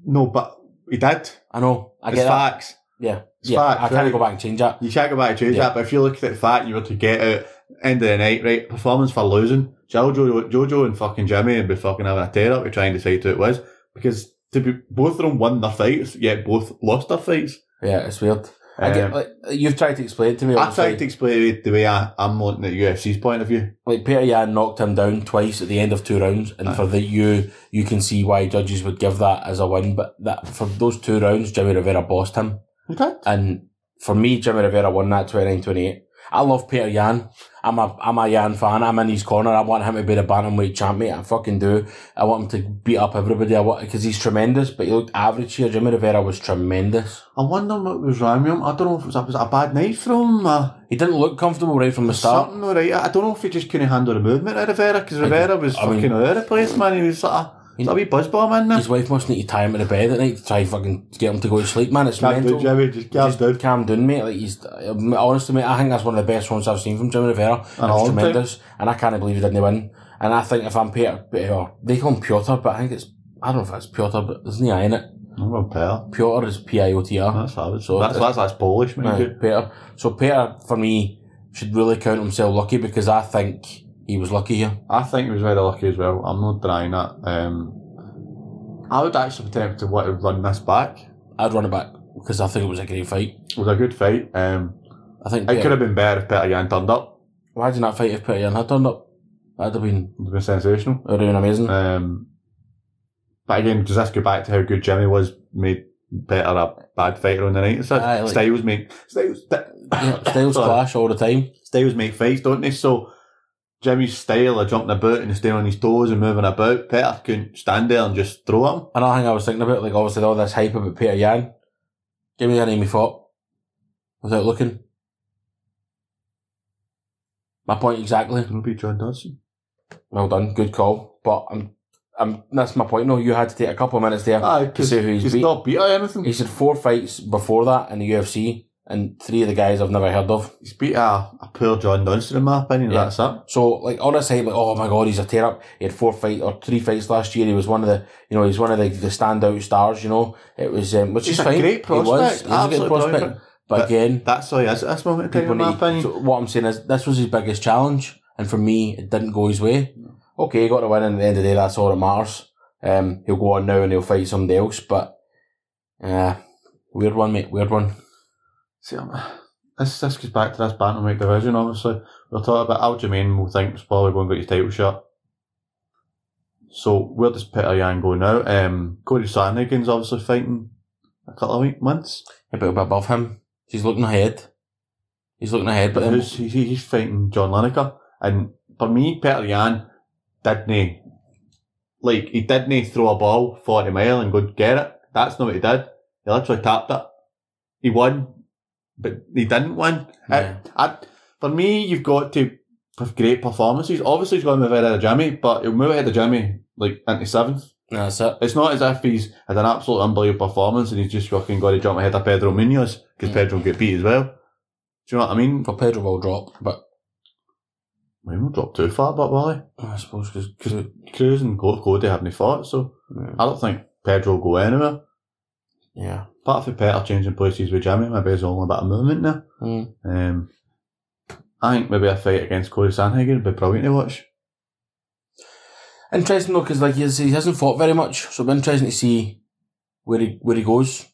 Speaker 2: No, but he did.
Speaker 1: I know. I
Speaker 2: it's
Speaker 1: get that.
Speaker 2: facts.
Speaker 1: Yeah,
Speaker 2: It's
Speaker 1: yeah.
Speaker 2: fact,
Speaker 1: I can't
Speaker 2: right?
Speaker 1: go back and change that.
Speaker 2: You can't go back and change
Speaker 1: Yeah.
Speaker 2: that, but if you look at the fact you were to get out end of the night, right, performance for losing, Jojo, Jojo and fucking Jimmy would be fucking having a tear up to try and decide who it was. Because to be both of them won their fights, yet both lost their fights.
Speaker 1: Yeah, it's weird. I get,
Speaker 2: Um,
Speaker 1: like, you've tried to explain it to me.
Speaker 2: I
Speaker 1: obviously.
Speaker 2: tried to explain it the way I, I'm looking at UFC's point of view.
Speaker 1: like Peter Yan knocked him down twice at the end of two rounds, and for the you you can see why judges would give that as a win. But that for those two rounds, Jimmy Rivera bossed him,
Speaker 2: Okay.
Speaker 1: and for me, Jimmy Rivera won that 29-28. I love Peter Yan. I'm a I'm a Yan fan. I'm in his corner. I want him to be the bantamweight champion. I fucking do. I want him to beat up everybody. I want because he's tremendous. But he looked average here. Jimmy Rivera was tremendous.
Speaker 2: I wonder what was wrong with him. I don't know if it was, a- was it a bad night from him. Uh,
Speaker 1: He didn't look comfortable right from the start.
Speaker 2: something alright. I I don't know if he just couldn't handle the movement of Rivera because Rivera was
Speaker 1: Uh, I mean-
Speaker 2: fucking all over the place, man. He was like a,
Speaker 1: He-
Speaker 2: like a wee buzz bomb in there.
Speaker 1: His wife must need to tie him to bed at night to try and fucking get him to go to sleep. Man, it's
Speaker 2: Calm
Speaker 1: mental.
Speaker 2: down, Jimmy. Just calm
Speaker 1: Just
Speaker 2: down.
Speaker 1: Cam Dunn, mate. Like he's uh, honestly, mate. I think that's one of the best ones I've seen from Jimmy Rivera. It was
Speaker 2: all time.
Speaker 1: tremendous, and I can't believe he didn't win. And I think if I'm Peter, or they call him Piotr, but I think it's I don't know if it's Piotr, but there's no I in it.
Speaker 2: I'm going Peter.
Speaker 1: Piotr is P I O T R.
Speaker 2: Oh, That's how it's
Speaker 1: So
Speaker 2: that's, that's that's Polish, man.
Speaker 1: Right, Peter. So Peter for me should really count himself lucky because I think he was lucky here.
Speaker 2: I think he was very lucky as well. I'm not denying that. Um, I would actually attempt to want to run this back.
Speaker 1: I'd run it back because I think it was a great fight.
Speaker 2: It was a good fight. Um,
Speaker 1: I think
Speaker 2: It could
Speaker 1: Peter,
Speaker 2: have been better if Peter Yan turned up.
Speaker 1: why didn't that fight if Peter Yan had turned up? That'd have been
Speaker 2: It would have been sensational.
Speaker 1: it would have been amazing.
Speaker 2: Um, but again, does this go back to how good Jimmy was? Made Peter a bad fighter on the night. It's like
Speaker 1: Aye, like-
Speaker 2: Styles make Styles
Speaker 1: Yeah, styles
Speaker 2: Sorry.
Speaker 1: clash all the time.
Speaker 2: Styles make fights, don't they? So Jimmy's style of jumping about and staying on his toes and moving about. Peter couldn't stand there and just throw at him.
Speaker 1: Another thing I was thinking about, like obviously all this hype about Peter Yan. Give me a name he fought without looking. My point exactly.
Speaker 2: It'll be John Dodson.
Speaker 1: Well done, good call. But I'm, I'm. That's my point. No, you had to take a couple of minutes there
Speaker 2: Aye,
Speaker 1: to see who he's,
Speaker 2: He's
Speaker 1: beat.
Speaker 2: not beat or anything.
Speaker 1: He's had four fights before that in the UFC, and three of the guys I've never heard of.
Speaker 2: He's beat a, a poor John Dunstan, in my opinion.
Speaker 1: Yeah.
Speaker 2: That's it.
Speaker 1: So like all this hype, like oh my god, he's a tear up. He had four fight or three fights last year. He was one of the you know he's one of the, the standout stars. You know it was um, which
Speaker 2: He's
Speaker 1: is
Speaker 2: a
Speaker 1: fine.
Speaker 2: great prospect.
Speaker 1: He was, he was a
Speaker 2: Absolute
Speaker 1: good prospect.
Speaker 2: prospect.
Speaker 1: But
Speaker 2: But-
Speaker 1: again,
Speaker 2: That's all he is at this moment in time,
Speaker 1: people
Speaker 2: in my
Speaker 1: need,
Speaker 2: opinion.
Speaker 1: so what I'm saying is this was his biggest challenge, and for me, it didn't go his way. Okay, he got the win, and at the end of the day, that's all that matters. Um, he'll go on now and he'll fight somebody else, but uh, weird one, mate, weird one.
Speaker 2: See, um, this, this goes back to this bantamweight division, obviously. We're talking about Aljamain, we'll think, is probably going to get his title shot. So, where does Peter Yan go now? Um, Cody Sarnigan's obviously fighting a couple of week, months.
Speaker 1: A bit above him. He's looking ahead. He's looking ahead, but
Speaker 2: But
Speaker 1: then,
Speaker 2: who's, he, he's fighting John Lineker. And for me, Peter Yan didn't, like, he didn't throw a ball 40 mile and go get it. That's not what he did. He literally tapped it. He won, but he didn't win.
Speaker 1: Yeah.
Speaker 2: I, I, for me, you've got to have great performances. Obviously, he's going to move ahead of Jimmy, but he'll move ahead of Jimmy, like, into seventh.
Speaker 1: that's it.
Speaker 2: It's not as if he's had an absolute unbelievable performance and he's just fucking got to jump ahead of Pedro Munoz because
Speaker 1: Mm.
Speaker 2: Pedro will get beat as well. Do you know what I mean?
Speaker 1: For Pedro will drop, but
Speaker 2: Maybe not dropped too far, but Wally.
Speaker 1: I suppose because
Speaker 2: Cruz and Co- Cody haven't fought, so I don't think Pedro will go anywhere.
Speaker 1: yeah,
Speaker 2: Apart from Peter changing places with Jimmy, maybe it's only about a movement now.
Speaker 1: Mm.
Speaker 2: Um, I think maybe a fight against Cody Sanhagen would be brilliant to watch.
Speaker 1: interesting though because like he, he hasn't fought very much, so it'll be interesting to see where he where he goes.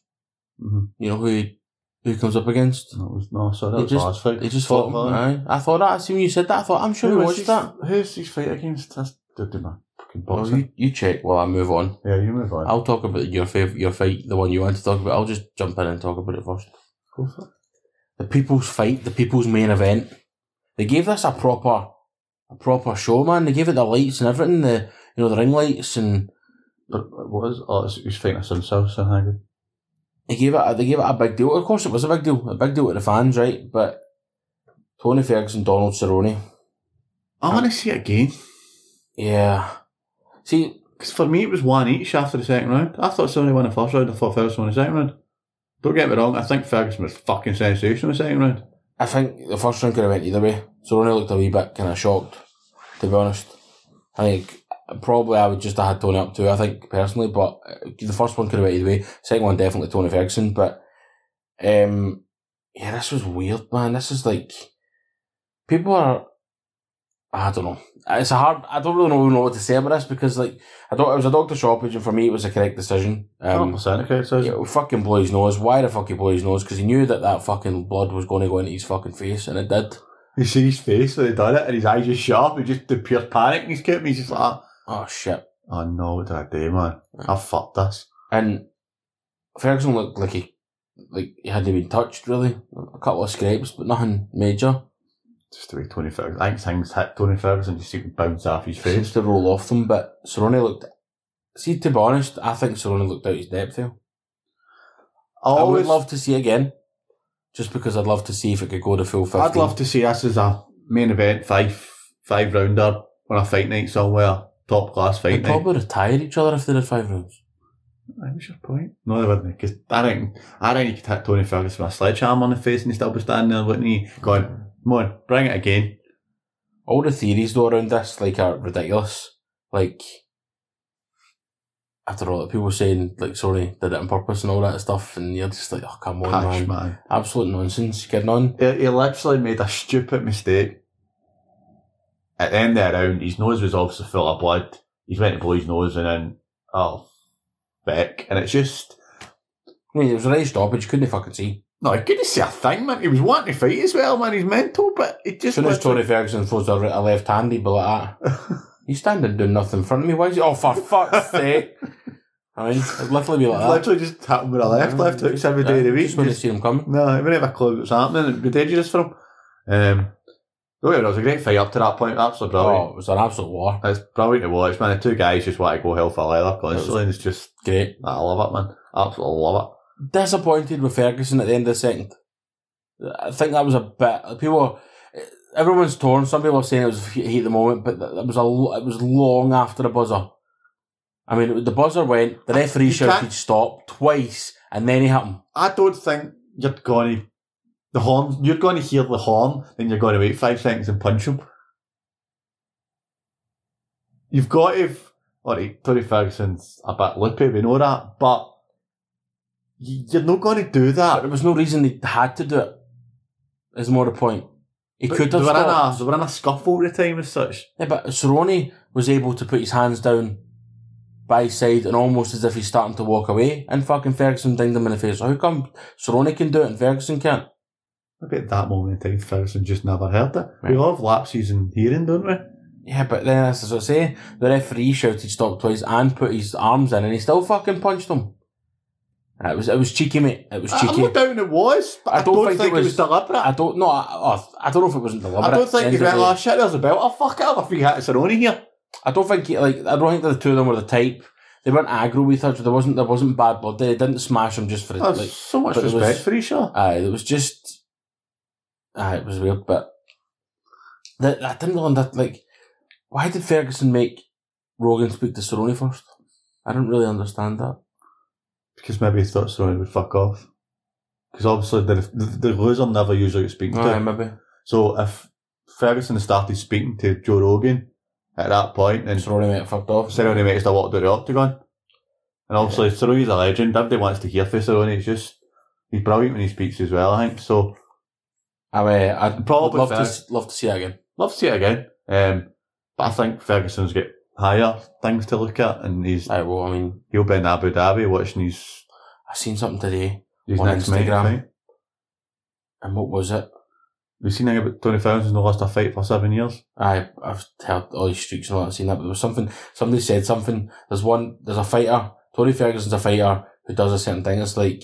Speaker 2: Mhm.
Speaker 1: You know who he, who he comes up against.
Speaker 2: No, it was- no sorry, that
Speaker 1: He
Speaker 2: was
Speaker 1: just-
Speaker 2: the last fight.
Speaker 1: He just fought him.
Speaker 2: Fought
Speaker 1: Aye. I thought that. I see when you said that. I thought I'm sure
Speaker 2: Who
Speaker 1: we
Speaker 2: is
Speaker 1: watched
Speaker 2: his-
Speaker 1: that.
Speaker 2: Who's his fight against? That's dude in my fucking
Speaker 1: Well,
Speaker 2: boxing.
Speaker 1: Oh, you, Oh. you check while I move on.
Speaker 2: yeah, you move on.
Speaker 1: I'll talk about your fav- your fight, the one you want to talk about. I'll just jump in and talk about it first.
Speaker 2: go for it.
Speaker 1: The people's fight, the people's main event. They gave this a proper, a proper show, man. They gave it the lights and everything. The you know the ring lights and
Speaker 2: But what is? Oh, it's, he's fighting a Sun South Sanhagen.
Speaker 1: they gave it a, they gave it a big deal. Of course, it was a big deal, a big deal to the fans, right? But Tony Ferguson, Donald Cerrone,
Speaker 2: I want to see it again.
Speaker 1: yeah. See,
Speaker 2: Because for me, it was one each after the second round. I thought Sony won the first round. I thought Ferguson won the second round. Don't get me wrong. I think Ferguson was fucking sensational in the second round.
Speaker 1: I think the first round could have went either way. So Ronnie looked a wee bit kind of shocked, to be honest. I think probably I would just have had Tony up too, I think, personally. But uh, the first one could have went either way. Second one, definitely Tony Ferguson. But um, yeah, this was weird, man. This is like, people are, I don't know. It's a hard, I don't really know, know what to say about this because, like, I don't, it was a doctor stoppage, and for me, it was a correct decision.
Speaker 2: Hundred
Speaker 1: Um,
Speaker 2: percent. Okay, so
Speaker 1: yeah, well, fucking blew his nose. Why the fuck he blew his nose? Because he knew that that fucking blood was going to go into his fucking face, and it did.
Speaker 2: you see his face when he done it, and his eyes just shut up. He just the pure panic. He's kept me. He's just like,
Speaker 1: Oh shit!
Speaker 2: oh no, what did I do, man? I fucked this.
Speaker 1: And Ferguson looked like he, like he hadn't been touched really. A couple of scrapes, but nothing major.
Speaker 2: Just the way Tony Ferguson. I think things hit Tony Ferguson. Just even bounce off his
Speaker 1: Seems
Speaker 2: face.
Speaker 1: to roll off them, but Cerrone looked. See, to be honest, I think Cerrone looked out his depth here.
Speaker 2: I
Speaker 1: I
Speaker 2: always
Speaker 1: would love to see it again, just because I'd love to see if it could go to full fifteen.
Speaker 2: I'd love to see this as a main event five five rounder on a fight night somewhere. Top class
Speaker 1: They'd
Speaker 2: fight night.
Speaker 1: probably retire each other if they did five rounds.
Speaker 2: What's your point? No, they wouldn't, because I think I think you could hit Tony Ferguson with a sledgehammer on the face and he'd still be standing there looking at you, going, "Come on, bring it again."
Speaker 1: all the theories though around this like are ridiculous. Like after all, like, people were saying like sorry did it on purpose and all that stuff, and you're just like, oh come on, man,
Speaker 2: Patch, man.
Speaker 1: absolute nonsense. Getting on,
Speaker 2: He, he literally made a stupid mistake. At the end of the round, his nose was obviously full of blood. He's went to blow his nose and then, oh, back. And it's just,
Speaker 1: I mean it was a right stoppage, couldn't fucking see.
Speaker 2: no, he couldn't see a thing, man. He was wanting to fight as well, man. He's mental, but it
Speaker 1: As
Speaker 2: just.
Speaker 1: soon as
Speaker 2: literally-
Speaker 1: Tory Ferguson throws a, a left hand, he'd be like that. He's standing doing nothing in front of me. Why is he? Oh for fuck's sake! I mean, it'd literally be like that.
Speaker 2: Literally just hit him with a left, left hooks every day of the
Speaker 1: Yeah,
Speaker 2: week.
Speaker 1: Just when they
Speaker 2: Just-
Speaker 1: see him coming.
Speaker 2: No, he wouldn't have a clue what's happening. It'd be dangerous for him. Um, oh, yeah, it was a great fight up to that point. Absolutely
Speaker 1: Oh,
Speaker 2: brilliant.
Speaker 1: it was an absolute war.
Speaker 2: It's brilliant to watch, man. The two guys just want to go hell for leather
Speaker 1: It was-
Speaker 2: constantly, and it's just,
Speaker 1: Great.
Speaker 2: I love it, man. Absolutely love
Speaker 1: disappointed with Ferguson at the end of the second. I think that was a bit. People, everyone's torn. Some people are saying it was heat heat of the moment, but that that was a. lo- It was long after the buzzer. I mean, the buzzer went. The referee
Speaker 2: Uh, You can't-
Speaker 1: shouted stop twice, and then he hit him.
Speaker 2: it. I don't think you're going to, the horn, you're going to hear the horn, then you're going to wait five seconds and punch him. You've got to, alright, Tony Ferguson's a bit loopy, we know that, but y- you're not going to do that.
Speaker 1: But there was no reason they had to do it. Is more the point. He
Speaker 2: But
Speaker 1: could have
Speaker 2: they were, in
Speaker 1: stopped.
Speaker 2: a, they were in a scuffle at the time as such.
Speaker 1: Yeah, but Cerrone was able to put his hands down by his side and almost as if he's starting to walk away, and fucking Ferguson dinged him in the face. So how come Cerrone can do it and Ferguson can't?
Speaker 2: Maybe at that moment in time, Ferguson just never heard it.
Speaker 1: Right.
Speaker 2: We all have lapses in hearing, don't we?
Speaker 1: Yeah, but then that's what I say. The referee shouted stop twice and put his arms in, and he still fucking punched him. And It was it was cheeky, mate. It was
Speaker 2: I- I'm
Speaker 1: cheeky.
Speaker 2: not down it was, but I, don't, think, it was, deliberate.
Speaker 1: I
Speaker 2: I,
Speaker 1: don't know. I, oh, I don't know if it wasn't deliberate.
Speaker 2: don't
Speaker 1: At the
Speaker 2: think
Speaker 1: end
Speaker 2: he
Speaker 1: of the
Speaker 2: went,
Speaker 1: day-
Speaker 2: oh shit, there's a belt. Oh fuck, I have a free hat, it's an Oni here.
Speaker 1: I don't think he, like I don't think the two of them were the type. They weren't aggro with each other. There wasn't there wasn't bad blood. there. They didn't smash him just for it.
Speaker 2: There's
Speaker 1: Like,
Speaker 2: so much
Speaker 1: but it
Speaker 2: respect
Speaker 1: was-
Speaker 2: for each other.
Speaker 1: Aye, Uh, it was just. Aye, it was weird, but that I didn't really that like. Why did Ferguson make Rogan speak to Cerrone first? I don't really understand that.
Speaker 2: Because maybe he thought Sony would fuck off. Because obviously the, the, the loser never usually speaks to
Speaker 1: Aye,
Speaker 2: him.
Speaker 1: maybe.
Speaker 2: So if Ferguson started speaking to Joe Rogan at that point, and
Speaker 1: And Cerrone might have fucked off.
Speaker 2: Cerrone makes a walked out the octagon. And obviously, Cerrone's a legend. Everybody wants to hear from Cerrone. It's just, he's brilliant when he speaks as well, I think. So,
Speaker 1: I mean, I'd
Speaker 2: Probably
Speaker 1: love
Speaker 2: fair.
Speaker 1: to, s- love to see it again.
Speaker 2: love to see it again. Um, but I think Ferguson's got higher things to look at, and he's
Speaker 1: Aye, well, I mean,
Speaker 2: he'll be in Abu Dhabi watching his,
Speaker 1: I seen something today.
Speaker 2: his
Speaker 1: On
Speaker 2: next main
Speaker 1: Instagram.
Speaker 2: fight.
Speaker 1: And what was it?
Speaker 2: We've seen anything about Tony Ferguson's not lost a fight for seven years.
Speaker 1: I I've heard all these streaks and all that. Seen that, but there was something. Somebody said something. There's one. There's a fighter. Tony Ferguson's a fighter who does a certain thing. It's like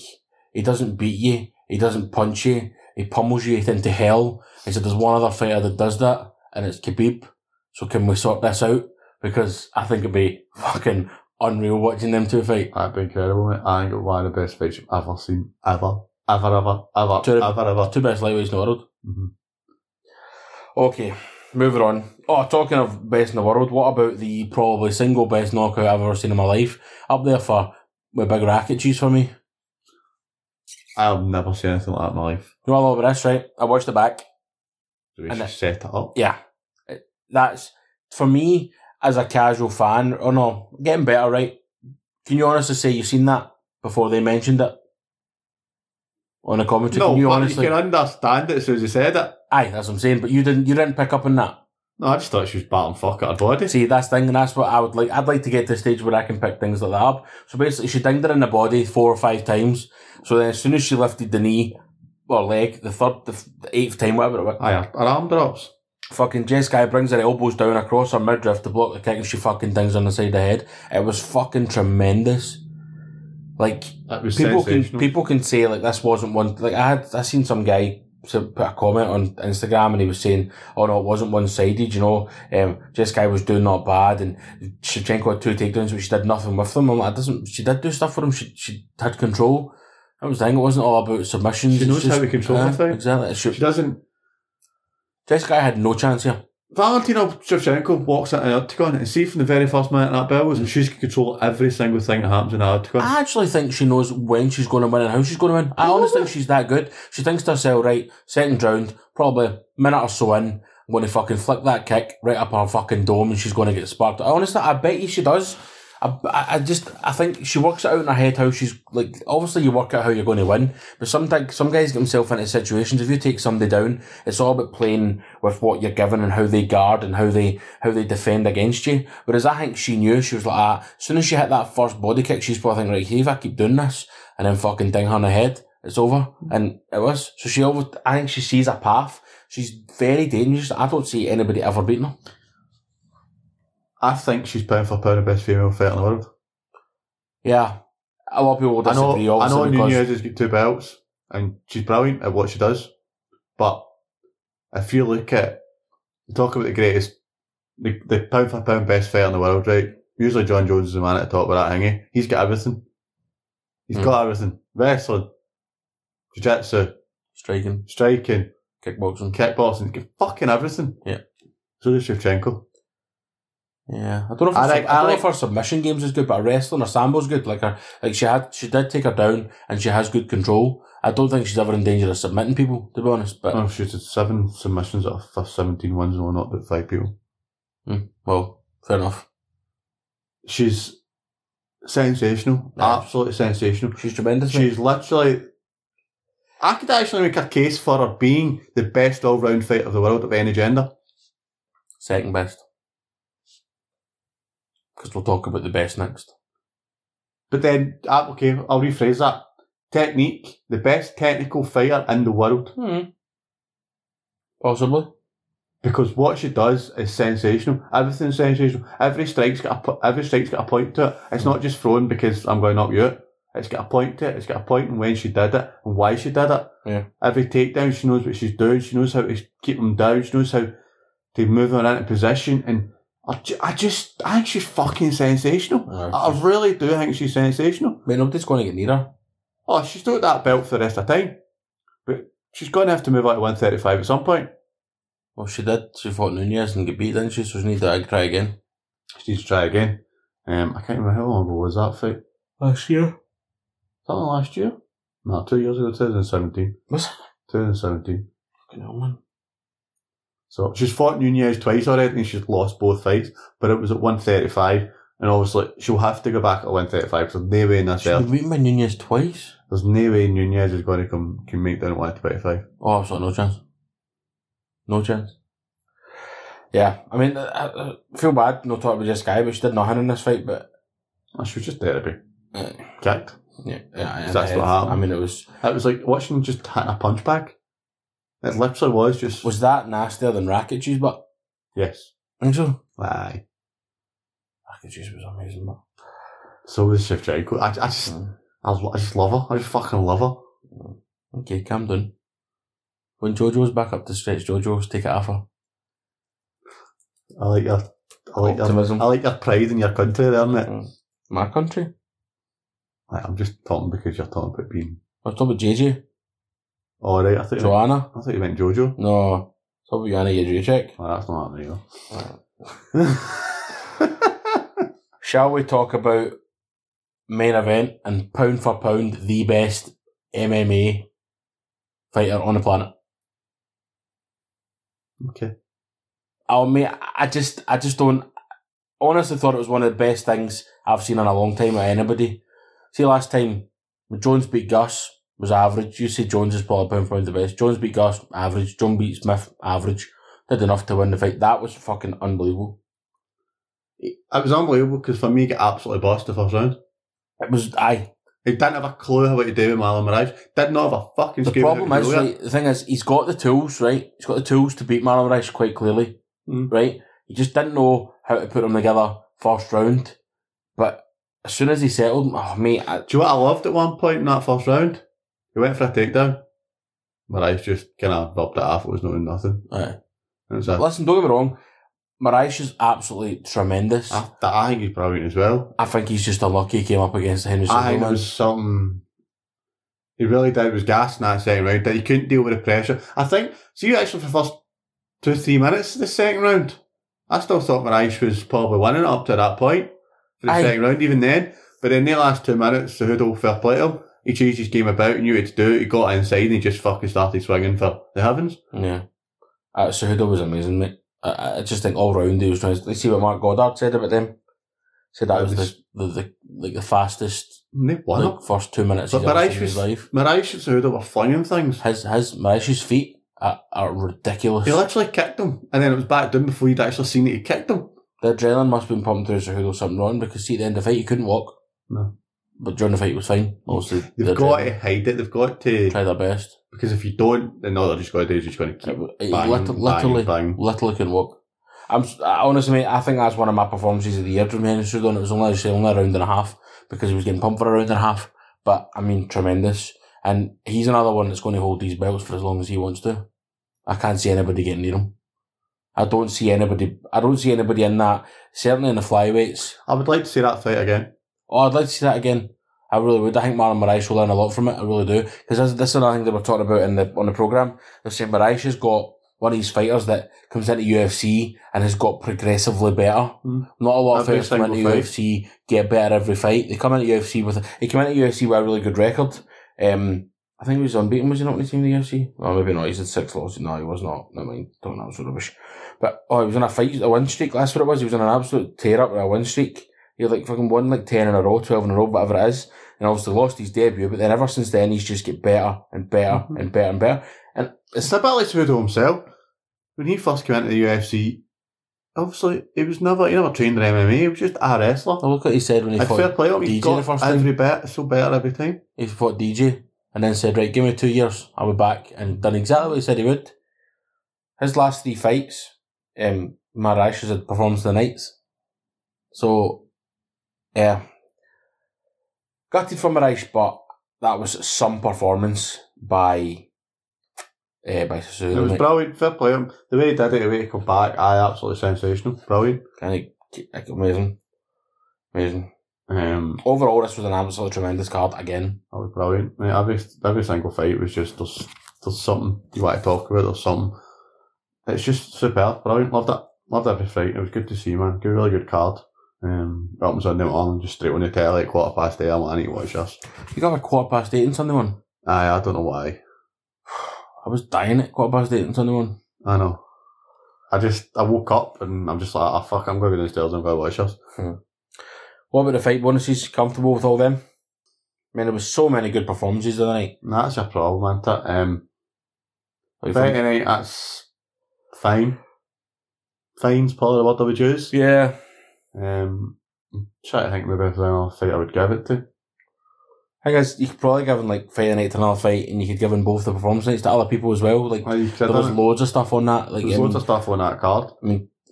Speaker 1: he doesn't beat you. He doesn't punch you. He pummels you into hell. He said there's one other fighter that does that, and it's Khabib. So can we sort this out? Because I think it'd be fucking unreal watching them two fight.
Speaker 2: That'd be incredible, mate. I think it's one of the best fights I've ever seen. Ever. Ever, ever, ever,
Speaker 1: To the-
Speaker 2: ever, ever.
Speaker 1: Two best lightweights in the world.
Speaker 2: Mhm.
Speaker 1: Mm-hmm. Okay, moving on. Oh, talking of best in the world, what about the probably single best knockout I've ever seen in my life? Up there for my big racket cheese for me. You
Speaker 2: I've never seen anything like that in my life.
Speaker 1: know all about this, right? I watched it back.
Speaker 2: So we
Speaker 1: And
Speaker 2: should
Speaker 1: it-
Speaker 2: set it up.
Speaker 1: Yeah, It- that's for me as a casual fan. Oh no, getting better, right? Can you honestly say you've seen that before they mentioned it on the commentary?
Speaker 2: No,
Speaker 1: can you
Speaker 2: but
Speaker 1: honestly?
Speaker 2: you can understand it as soon as you said it.
Speaker 1: Aye, that's what I'm saying. But you didn't. You didn't pick up on that.
Speaker 2: No, I just thought she was batting fuck at her body.
Speaker 1: See, that's the thing, and that's what I would like. I'd like to get to a stage where I can pick things like that up. So basically, she dinged her in the body four or five times. So then, as soon as she lifted the knee or leg, the third, the, f- the eighth time, whatever it was,
Speaker 2: Aye, her, her arm drops.
Speaker 1: fucking Jessica brings her elbows down across her midriff to block the kick, and she fucking dings on the side of the head. It was fucking tremendous. Like
Speaker 2: That was
Speaker 1: people can
Speaker 2: sensational.
Speaker 1: people can say like this wasn't one like I had I seen some guy to put a comment on Instagram and he was saying oh no it wasn't one sided you know um this guy was doing not bad and Shevchenko had two takedowns but she did nothing with them I'm like doesn't she did do stuff with him she she had control that was the thing it wasn't all about submissions
Speaker 2: She
Speaker 1: it's
Speaker 2: knows how to control
Speaker 1: Aye,
Speaker 2: the thing.
Speaker 1: exactly she,
Speaker 2: she doesn't.
Speaker 1: this guy had no chance here
Speaker 2: Valentino Shevchenko walks into an octagon and see from the very first minute that bell was, and she can control every single thing that happens in that octagon.
Speaker 1: I actually think she knows when she's going to win and how she's going to win. I honestly think she's that good. She thinks to herself, right, second round, probably minute or so in, I'm going to fucking flick that kick right up her fucking dome and she's going to get sparked. I honestly, I bet you she does. I, I I just, I think she works it out in her head how she's, like, obviously you work out how you're going to win, but sometimes, some guys get themselves into situations, if you take somebody down, it's all about playing with what you're given and how they guard and how they, how they defend against you. Whereas I think she knew, she was like, ah, as soon as she hit that first body kick, she's probably thinking, right, here, if I keep doing this, and then fucking ding her in the head, it's over. And it was. So she always, I think she sees a path. She's very dangerous. I don't see anybody ever beating her.
Speaker 2: I think she's pound for pound the best female fighter in the world.
Speaker 1: Yeah. A lot of people will
Speaker 2: I know,
Speaker 1: disagree,
Speaker 2: I know
Speaker 1: obviously, because
Speaker 2: Nunez has got two belts, and she's brilliant at what she does. But if you look at, you talk about the greatest, the, the pound for pound best fighter in the world, right? Usually John Jones is the man at the top of that hanging. He's got everything. He's
Speaker 1: Mm.
Speaker 2: got everything. Wrestling, jiu-jitsu,
Speaker 1: striking,
Speaker 2: striking,
Speaker 1: kickboxing.
Speaker 2: kickboxing. He's got fucking everything.
Speaker 1: Yeah.
Speaker 2: So does Shevchenko.
Speaker 1: Yeah, I don't know. If
Speaker 2: I
Speaker 1: her, sub-
Speaker 2: like-
Speaker 1: I
Speaker 2: I
Speaker 1: don't
Speaker 2: like-
Speaker 1: know if her submission games is good, but her wrestling, her sambo's good. Like her, like she had, she did take her down, and she has good control. I don't think she's ever in danger of submitting people, to be honest. But
Speaker 2: Oh, she's had seven submissions out of first 17 wins and all not but five people.
Speaker 1: well, fair enough.
Speaker 2: She's sensational.
Speaker 1: Yeah.
Speaker 2: Absolutely sensational.
Speaker 1: She's tremendous. mate.
Speaker 2: She's literally. I could actually make a case for her being the best all round fighter of the world of any gender.
Speaker 1: Second best. Because we'll talk about the best next.
Speaker 2: But then, ah, okay, I'll rephrase that. Technique, the best technical fighter in the world.
Speaker 1: Hmm. Possibly.
Speaker 2: Because what she does is sensational. Everything's sensational. Every strike's got a, po- every strike's got a point to it. It's not just thrown because I'm going up you. out. It's got a point to it. It's got a point in when she did it and why she did it.
Speaker 1: Yeah.
Speaker 2: Every takedown, she knows what she's doing. She knows how to keep them down. She knows how to move her into position. And I, ju- I just, I think she's fucking sensational.
Speaker 1: Aye.
Speaker 2: I really do think she's sensational.
Speaker 1: Mate, nobody's going to get near her.
Speaker 2: Oh, she's still at that belt for the rest of time. But she's going to have to move out to 135 at some point.
Speaker 1: Well, she did. She fought Nunez and get beat, didn't she? So she needs to try again.
Speaker 2: She needs to try again. Um, I can't remember how long ago was that fight.
Speaker 1: Last year.
Speaker 2: Was that last year? No, two years ago, 2017.
Speaker 1: Was it?
Speaker 2: 2017.
Speaker 1: Fucking hell, man.
Speaker 2: So she's fought Nunez twice already and she's lost both fights, but it was at 135. And obviously, she'll have to go back at 135 because there's no way in this
Speaker 1: She's
Speaker 2: earth.
Speaker 1: been beaten by Nunez twice.
Speaker 2: There's no way Nunez is going to come can make down at 125.
Speaker 1: Oh, I've got no chance. No chance. Yeah, I mean, I, I I feel bad no talking about Jessica, but she did nothing in this fight. But
Speaker 2: And Oh, she was just therapy.
Speaker 1: uh,
Speaker 2: Kicked.
Speaker 1: yeah, yeah,
Speaker 2: That's what
Speaker 1: I- I
Speaker 2: happened.
Speaker 1: mean, it was
Speaker 2: It was like watching just hitting a punch bag. It literally was just.
Speaker 1: was that nastier than Rakic's, but
Speaker 2: yes.
Speaker 1: I think so.
Speaker 2: Aye.
Speaker 1: Rakic's was amazing, but
Speaker 2: So was Shevchenko. I, I just,
Speaker 1: Mm.
Speaker 2: I, lo- I just love her. I just fucking love her.
Speaker 1: okay, calm down. When Jojo's back up to stretch, Jojo's take it off her.
Speaker 2: I like your, I like your,
Speaker 1: Optimism. Mm.
Speaker 2: I like your pride in your country there, innit?
Speaker 1: My country.
Speaker 2: Like, I'm just talking because you're talking about being.
Speaker 1: I was talking about JJ,
Speaker 2: Alright, I thought you, meant,
Speaker 1: Joanna.
Speaker 2: I thought you meant Jojo.
Speaker 1: No, talk about Joanna Jedrzejczyk.
Speaker 2: Oh, that's not happening either.
Speaker 1: Right. Mm. Shall we talk about main event and pound for pound the best MMA fighter on the planet?
Speaker 2: okay.
Speaker 1: Oh mate, I just I just don't honestly thought it was one of the best things I've seen in a long time with anybody. See last time when Jones beat Gus was average. You say Jones is probably pound for pound the best. Jones beat Gus, average. John beat Smith, average. Did enough to win the fight. That was fucking unbelievable.
Speaker 2: It was unbelievable because for me, he got absolutely bossed the first round.
Speaker 1: It was I
Speaker 2: He didn't have a clue how to do with Marlon Moraes. Did not have a fucking
Speaker 1: The
Speaker 2: scoop of
Speaker 1: problem
Speaker 2: how to
Speaker 1: is,
Speaker 2: do it.
Speaker 1: right, the thing is, he's got the tools, right? He's got the tools to beat Marlon Rice quite clearly,
Speaker 2: Mm.
Speaker 1: right? He just didn't know how to put them together first round. But as soon as he settled, oh, mate, I,
Speaker 2: Do you know what I loved at one point in that first round? He went for a takedown. Moraes just kind of rubbed it off. It was doing nothing.
Speaker 1: Aye.
Speaker 2: It was a,
Speaker 1: uh, listen, don't get me wrong, Moraes is absolutely tremendous.
Speaker 2: I, I think he's brilliant as well.
Speaker 1: I think he's just unlucky he came up against Henry
Speaker 2: I think
Speaker 1: Silverman.
Speaker 2: it was something he really did was gas in that second round that he couldn't deal with the pressure. I think see actually for the first two, three minutes of the second round, I still thought Moraes was probably winning up to that point for the
Speaker 1: Aye.
Speaker 2: second round, even then. But in the last two minutes, the Hoodle fair play to him. He changed his game about and knew what to do. He got inside and he just fucking started swinging for the heavens.
Speaker 1: Yeah. Uh, Cejudo was amazing, mate. I- I, I just think all round he was trying to let's see what Mark Goddard said about them. Said that
Speaker 2: It
Speaker 1: was,
Speaker 2: was-
Speaker 1: the, the, the like the fastest
Speaker 2: And they won
Speaker 1: like,
Speaker 2: it.
Speaker 1: first two minutes
Speaker 2: But
Speaker 1: he's ever
Speaker 2: Moraes
Speaker 1: seen in his
Speaker 2: was-
Speaker 1: life.
Speaker 2: Moraes and Cejudo were flinging things.
Speaker 1: His his Mauritius feet are, are ridiculous.
Speaker 2: He literally kicked him and then it was back down before you'd actually seen that he kicked him.
Speaker 1: the adrenaline must have been pumping through Cejudo something wrong because see at the end of the fight he couldn't walk.
Speaker 2: No.
Speaker 1: But during the fight he was fine. Obviously
Speaker 2: They've
Speaker 1: the
Speaker 2: got
Speaker 1: adrenaline
Speaker 2: to hide it. They've got to
Speaker 1: try their best.
Speaker 2: Because if you don't, then all they're just going to do is just going to keep
Speaker 1: It, it
Speaker 2: banging, banging,
Speaker 1: lit- literally
Speaker 2: banging.
Speaker 1: literally couldn't walk. I'm s- I- honestly mate, I think that's one of my performances of the year from Henry Cejudo and it was only I say only a round and a half because he was getting pumped for a round and a half. But I mean tremendous. And he's another one that's going to hold these belts for as long as he wants to. I can't see anybody getting near him. I don't see anybody I don't see anybody in that. Certainly in the flyweights.
Speaker 2: I would like to see that fight again.
Speaker 1: Oh, I'd like to see that again. I really would. I think Marlon Moraes will learn a lot from it. I really do. Because this is another thing that we're talking about in the on the program. They're saying Moraes has got one of these fighters that comes into UFC and has got progressively better.
Speaker 2: Mm.
Speaker 1: Not a lot of
Speaker 2: Every
Speaker 1: fighters come
Speaker 2: single
Speaker 1: into
Speaker 2: fight.
Speaker 1: UFC get better every fight. They come into UFC with a, he came into UFC with a really good record. Um, I think he was unbeaten. Was he not in the team in the UFC? Oh, maybe not. He's had six losses. No, he was not. Never mind. Don't know. That was rubbish. But oh, he was on a fight, a win streak. That's what it was. He was on an absolute tear up and a win streak. He like fucking won like ten in a row, twelve in a row, whatever it is. And obviously lost his debut, but then ever since then he's just get better and better
Speaker 2: Mhm.
Speaker 1: and better and better.
Speaker 2: It's a bit like Cejudo himself. When he first came into the UFC, obviously he was never he never trained in MMA. He was just a wrestler.
Speaker 1: Now look what he said when he
Speaker 2: I'd fair
Speaker 1: fought
Speaker 2: play him. He
Speaker 1: DJ the first
Speaker 2: got
Speaker 1: time.
Speaker 2: every bit so better every time.
Speaker 1: he fought DJ and then said, Right, give me two years, I'll be back and done exactly what he said he would. His last three fights, um Marash has had performance of the nights. So yeah. Gutted for Marash, but that was some performance by uh, by Suzuki.
Speaker 2: It was brilliant. Fair play him. The way he did it, the way he come back, I absolutely sensational. Brilliant.
Speaker 1: And it, like, amazing. Amazing.
Speaker 2: Um,
Speaker 1: Overall, this was an absolutely tremendous card again.
Speaker 2: that was brilliant. Mate, every every single fight was just there's there's something you want to talk about. There's something. It's just superb. Brilliant. Loved it. Loved every fight. It was good to see, man. Good, really good card. Um, up on Sunday morning, just straight on the telly, quarter past eight. I'm like, I need to watch this.
Speaker 1: You got a quarter past eight on Sunday one.
Speaker 2: Aye, I don't know why.
Speaker 1: I was dying at quarter past eight on Sunday one.
Speaker 2: I know. I just I woke up and I'm just like, oh fuck, I'm going to go downstairs and go watch this.
Speaker 1: What about the fight bonuses? Comfortable with all them? I mean, there was so many good performances the night.
Speaker 2: And that's your problem, isn't it? Um,
Speaker 1: What do you think?
Speaker 2: Friday night, that's fine. Fine's probably the word I would use.
Speaker 1: Yeah,
Speaker 2: Um, I'm trying to think maybe if there's another fight I would give it to.
Speaker 1: I guess you could probably give him like Friday night to another fight, and you could give him both the performance nights to other people as well. Like
Speaker 2: Are you
Speaker 1: there
Speaker 2: kidding?
Speaker 1: was
Speaker 2: There's
Speaker 1: loads of stuff on that. Like
Speaker 2: loads
Speaker 1: um,
Speaker 2: of stuff on that card.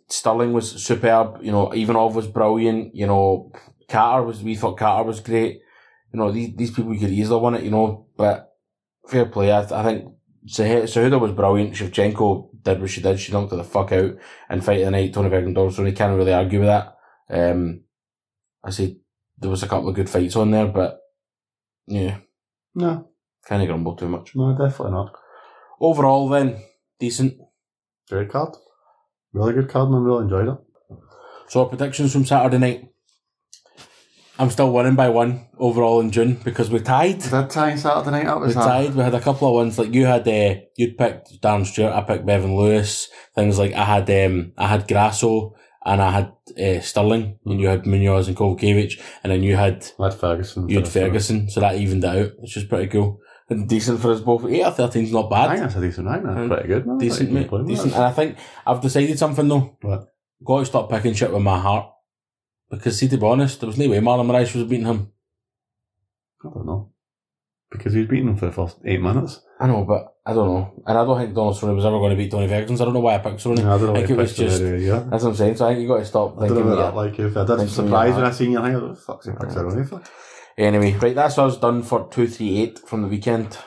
Speaker 1: Sterling was superb. You know, Ivanov was brilliant. You know, Carter was. We thought Carter was great. You know, these these people you could easily win it. You know, but fair play. I, th- I think Sah- Cejudo was brilliant. Shevchenko did what she did. She knocked her the fuck out and fight of the night. Tony Bergendahl. So you can't really argue with that. Um, I said there was a couple of good fights on there, but yeah,
Speaker 2: No,
Speaker 1: kind of grumble too much.
Speaker 2: no, definitely not.
Speaker 1: Overall, then decent.
Speaker 2: Great card. Really good card, and I really enjoyed it.
Speaker 1: So our predictions from Saturday night. I'm still winning by one overall in June because we tied.
Speaker 2: Did tie Saturday night up?
Speaker 1: We tied. We had a couple of ones like you had. Uh, you'd picked Darren Stewart. I picked Bevan Lewis. Things like I had. Um, I had Grasso and I had uh, Sterling, and you had Munoz and Kovacevic, and then you had
Speaker 2: I had Ferguson.
Speaker 1: you had
Speaker 2: Ferguson.
Speaker 1: Ferguson. So that evened it out, which is pretty cool and decent for us both. Eight or thirteen's not
Speaker 2: I
Speaker 1: bad.
Speaker 2: think that's a decent night. That's
Speaker 1: Um,
Speaker 2: pretty good. man.
Speaker 1: Decent,
Speaker 2: Pretty
Speaker 1: mate.
Speaker 2: good point,
Speaker 1: Decent. And I
Speaker 2: man.
Speaker 1: think I've decided something though.
Speaker 2: What?
Speaker 1: Got to stop picking shit with my heart. Because, see, to be honest, there was no way Marlon Moraes was beating him.
Speaker 2: I don't know. Because he was beating him for the first eight minutes.
Speaker 1: I know, but I don't know. And I don't think Donald Cerrone was ever going to beat Tony Ferguson. so I don't know why I picked Cerrone.
Speaker 2: No, I don't know.
Speaker 1: I think
Speaker 2: what
Speaker 1: it was
Speaker 2: he picked
Speaker 1: just- uh,
Speaker 2: there, yeah.
Speaker 1: That's what I'm saying. So I think you got to stop
Speaker 2: I don't know
Speaker 1: thinking.
Speaker 2: about
Speaker 1: Yeah.
Speaker 2: that. Like, if I did
Speaker 1: Thinking
Speaker 2: not surprise
Speaker 1: that.
Speaker 2: when I seen your hand, I oh, was like, fuck, he picks it away. Fuck.
Speaker 1: Anyway, right, that's us done for 238 from the weekend.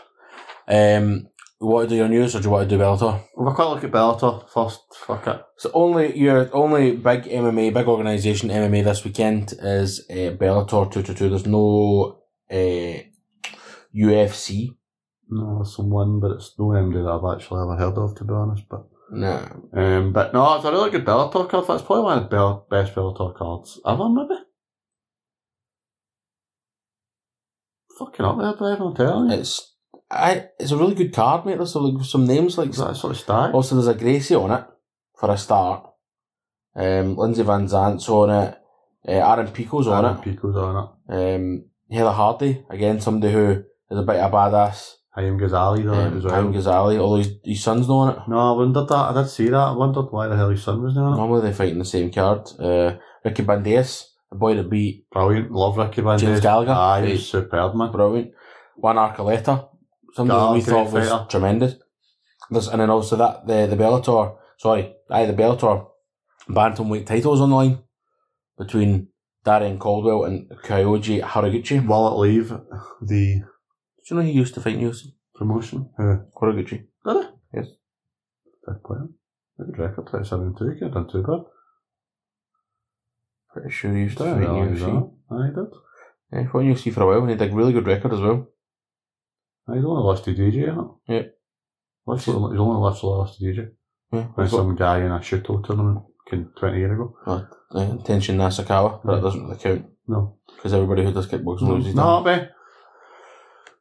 Speaker 1: Um, you want to do your news or do you want to do Bellator?
Speaker 2: We'll quite look at Bellator first. Fuck it.
Speaker 1: So only your only big MMA, big organisation MMA this weekend is uh, Bellator 222. There's no uh, UFC.
Speaker 2: No, there's someone, but it's no MD that I've actually ever heard of, to be honest. But
Speaker 1: No.
Speaker 2: um, but no, it's a really good Bellator card. That's probably one of the Bell- best Bellator cards ever, maybe. Fucking up there, Brad, I'm telling you.
Speaker 1: It's I. It's a really good card, mate. There's some, some names like
Speaker 2: That's sort of stacked.
Speaker 1: also there's a Gracie on it for a start. Um, Lindsay Van Zant's on it. Uh, Aaron Pico's on
Speaker 2: Aaron Pico's on it.
Speaker 1: it. Um, Heather Hardy again, somebody who is a bit of a badass.
Speaker 2: Hayim Ghazali though
Speaker 1: Um,
Speaker 2: as well.
Speaker 1: Time Ghazali, although his, his son's not on it.
Speaker 2: no, I wondered that. I did see that. I wondered why the hell his son was doing it.
Speaker 1: Normally they fight in the same card. Uh, Ricky Bandeas, the boy that beat
Speaker 2: Brilliant. Love Ricky Van
Speaker 1: James
Speaker 2: Dijk.
Speaker 1: Gallagher.
Speaker 2: Aye,
Speaker 1: Hey.
Speaker 2: he's superb, man.
Speaker 1: Brilliant. Juan Arcoleta, something
Speaker 2: Oh,
Speaker 1: we
Speaker 2: great
Speaker 1: thought was
Speaker 2: fighter.
Speaker 1: tremendous. There's, and then also that the the Bellator, sorry, aye, the Bellator bantamweight titles on the line between Darren Caldwell and Kyoji Horiguchi. Do
Speaker 2: Will it leave the
Speaker 1: you know he used to fight Nielsen?
Speaker 2: promotion? Who?
Speaker 1: Horiguchi.
Speaker 2: Did it?
Speaker 1: Yes.
Speaker 2: Good player. Good record, 37 2. Could have done too bad.
Speaker 1: Pretty sure he used to
Speaker 2: Didn't
Speaker 1: fight
Speaker 2: realise
Speaker 1: UFC.
Speaker 2: that. Aye, he did.
Speaker 1: Yeah, fought in UFC for a while and he did a really good record as well.
Speaker 2: Aye, He's only lost to DJ, innit?
Speaker 1: Yeah.
Speaker 2: Lost, he's only literally lost to DJ.
Speaker 1: Yeah,
Speaker 2: By some guy in a shootout tournament can- 20 years ago.
Speaker 1: uh, Tenshin Nasakawa, but it doesn't really count
Speaker 2: No.
Speaker 1: because everybody who does kickboxing loses.
Speaker 2: No, that'd be,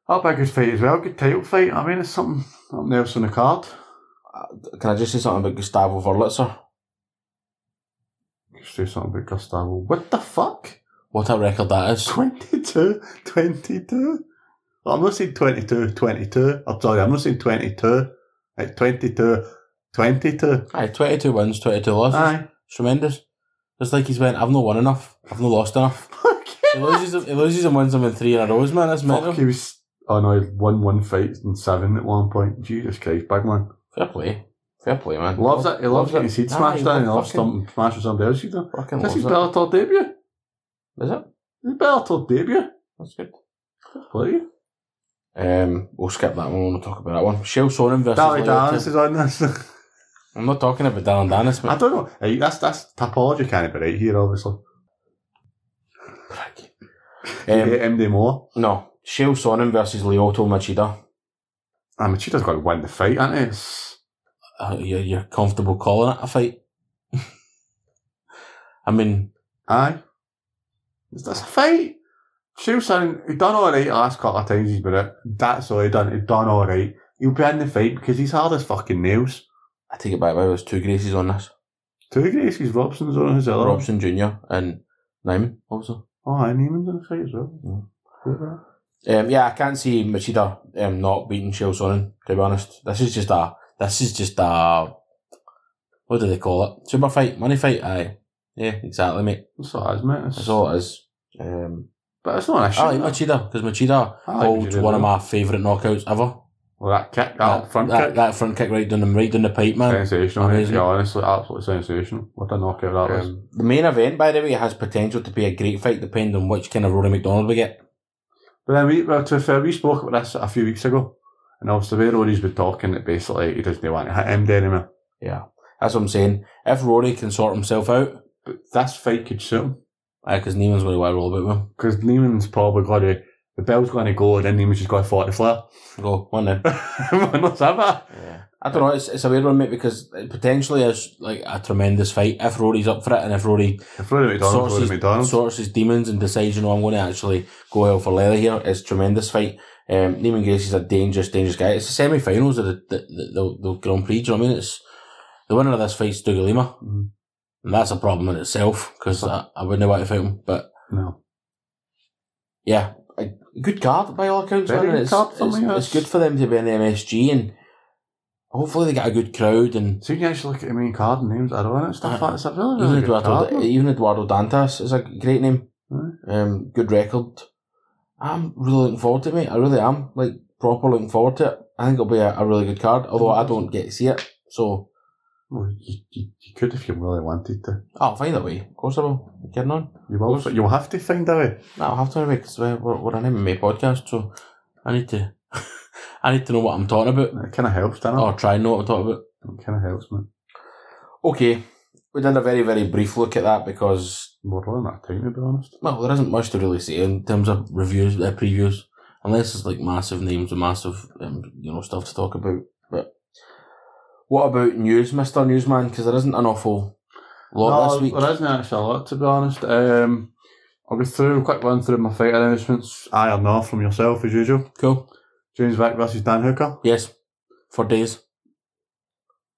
Speaker 2: that'd be a good fight as well. Good title fight. I mean, it's something, something else on the card.
Speaker 1: Can I just say something about Gustavo Verlitzer?
Speaker 2: Just do something about Gustavo. What the fuck?
Speaker 1: What a record that is.
Speaker 2: 22, 22. Well, I'm not saying 22, 22. I'm sorry, I'm not saying 22. Like 22, 22.
Speaker 1: Aye, 22 wins, 22 losses.
Speaker 2: Aye.
Speaker 1: It's tremendous. It's like he's went, I've not won enough, I've not lost enough. He loses, he loses and wins them in three in a row, man. That's mental.
Speaker 2: Fuck, he was. Oh no, he won one fight and seven at one point. Jesus Christ, big man.
Speaker 1: Fair play. Fair play, man.
Speaker 2: Loves it. He loves getting
Speaker 1: it.
Speaker 2: his seed
Speaker 1: Aye,
Speaker 2: smashed down. He loves
Speaker 1: fucking-
Speaker 2: something smashing somebody else's seed down.
Speaker 1: Fucking
Speaker 2: This
Speaker 1: loves
Speaker 2: is
Speaker 1: it.
Speaker 2: Bellator debut.
Speaker 1: Is it?
Speaker 2: This is Bellator debut.
Speaker 1: That's good.
Speaker 2: Play.
Speaker 1: Um, we'll skip that one. We'll talk about that one. Shell Sonnen versus.
Speaker 2: Dally
Speaker 1: Lyoto.
Speaker 2: Dallas is on this.
Speaker 1: I'm not talking about Darren Danis,
Speaker 2: I
Speaker 1: mate.
Speaker 2: don't know. Hey, that's that's topology can't be right here, obviously.
Speaker 1: Prick.
Speaker 2: Um,
Speaker 1: Um,
Speaker 2: MD Moore.
Speaker 1: no. Shell Sonnen versus Lyoto Machida.
Speaker 2: I mean, she does got to Ah, win the fight, ain't it? It's-
Speaker 1: Uh, you're, you're comfortable calling it a fight? I mean,
Speaker 2: Aye. That's a fight. Shilson, he done alright last couple of times he's been out. That's all he done. He done alright. He'll be in the fight because he's hard as fucking nails.
Speaker 1: I take it back. Maybe it was two Gracies on this.
Speaker 2: Two Gracie's Robson's on his other. one.
Speaker 1: Robson Junior and Nyman also.
Speaker 2: Oh, aye, Neiman's on the side as well.
Speaker 1: Um, yeah, I can't see Machida um, not beating Shell Sonnen, to be honest. This is just a, this is just a, what do they call it? Super fight? Money fight? Aye. Yeah, exactly, mate.
Speaker 2: That's all it is, mate. It's,
Speaker 1: That's all it is. Um,
Speaker 2: But it's not an issue.
Speaker 1: I like
Speaker 2: that.
Speaker 1: Machida, because Machida
Speaker 2: I like
Speaker 1: holds
Speaker 2: Machida,
Speaker 1: one of
Speaker 2: though.
Speaker 1: my favourite knockouts ever.
Speaker 2: Well, that kick, that, front
Speaker 1: that,
Speaker 2: kick.
Speaker 1: that front kick right down the, right down the pipe, man.
Speaker 2: sensational. mate.
Speaker 1: Amazing.
Speaker 2: Yeah, honestly, absolutely sensational. What a knockout that was.
Speaker 1: Um, the main event, by the way, has potential to be a great fight, depending on which kind of Rory McDonald we get.
Speaker 2: But then we, well, to be fair, we spoke about this a few weeks ago, and obviously where Rory's been talking that basically he doesn't want to hit him anymore.
Speaker 1: That's what I'm saying. If Rory can sort himself out,
Speaker 2: But this fight could suit him
Speaker 1: because Neiman's going to want to roll about with him.
Speaker 2: because Neiman's probably going to the bell's going to go, and then Neiman's just going to fight the flare.
Speaker 1: Go, one then.
Speaker 2: Why not have that?
Speaker 1: Yeah. I don't know. It's, it's a weird one, mate, because it potentially is like a tremendous fight if Rory's up for it, and if Rory
Speaker 2: If Rory McDonald's,
Speaker 1: Sources-
Speaker 2: Rory McDonald's.
Speaker 1: sorts his demons and decides, you know, I'm going to actually go hell for leather here, it's a tremendous fight. Um, Neiman Gracie's a dangerous, dangerous guy. It's the semi-finals of the the, the, the Grand Prix. Do you know what I mean? It's the winner of this fight's Dougal Lima,
Speaker 2: Mhm.
Speaker 1: and that's a problem in itself because I, I wouldn't want to fight him. But
Speaker 2: No.
Speaker 1: yeah, a good card by all accounts.
Speaker 2: Very
Speaker 1: man, and
Speaker 2: good
Speaker 1: it's,
Speaker 2: card for
Speaker 1: it's,
Speaker 2: me, yes.
Speaker 1: it's good for them to be in the MSG and hopefully they get a good crowd and
Speaker 2: So you can actually look at the main card and names, I don't know, it's stuff like that. It's a really,
Speaker 1: Even
Speaker 2: really good
Speaker 1: Eduardo,
Speaker 2: card. man.
Speaker 1: even Eduardo Dantas is a great name.
Speaker 2: Aye.
Speaker 1: Um, good record. I'm really looking forward to it, mate. I really am. Like, proper looking forward to it. I think it'll be a, a really good card, although I don't get to see it. So,
Speaker 2: Well, you, you, you could if you really wanted to.
Speaker 1: I'll find a way. Of course I will. You kidding on?
Speaker 2: You will, but you'll have to find a way.
Speaker 1: No, I'll have to anyway, because we're, we're, we're an MMA podcast, so I need to, I need to know what I'm talking about.
Speaker 2: It kind of helps, doesn't it?
Speaker 1: Or try and know what I'm talking about.
Speaker 2: It kind of helps, man.
Speaker 1: Okay. We did a very, very brief look at that because
Speaker 2: More than that time, to be honest.
Speaker 1: Well, there isn't much to really say in terms of reviews, uh, previews, unless it's like massive names and massive, um, you know, stuff to talk about. But what about news, Mister Newsman? Because there isn't an awful lot this week.
Speaker 2: There isn't actually a lot, to be honest. Um, I'll go through a quick run through my fight announcements. I or no from yourself, as usual.
Speaker 1: Cool.
Speaker 2: James Vick versus Dan Hooker.
Speaker 1: Yes. For days.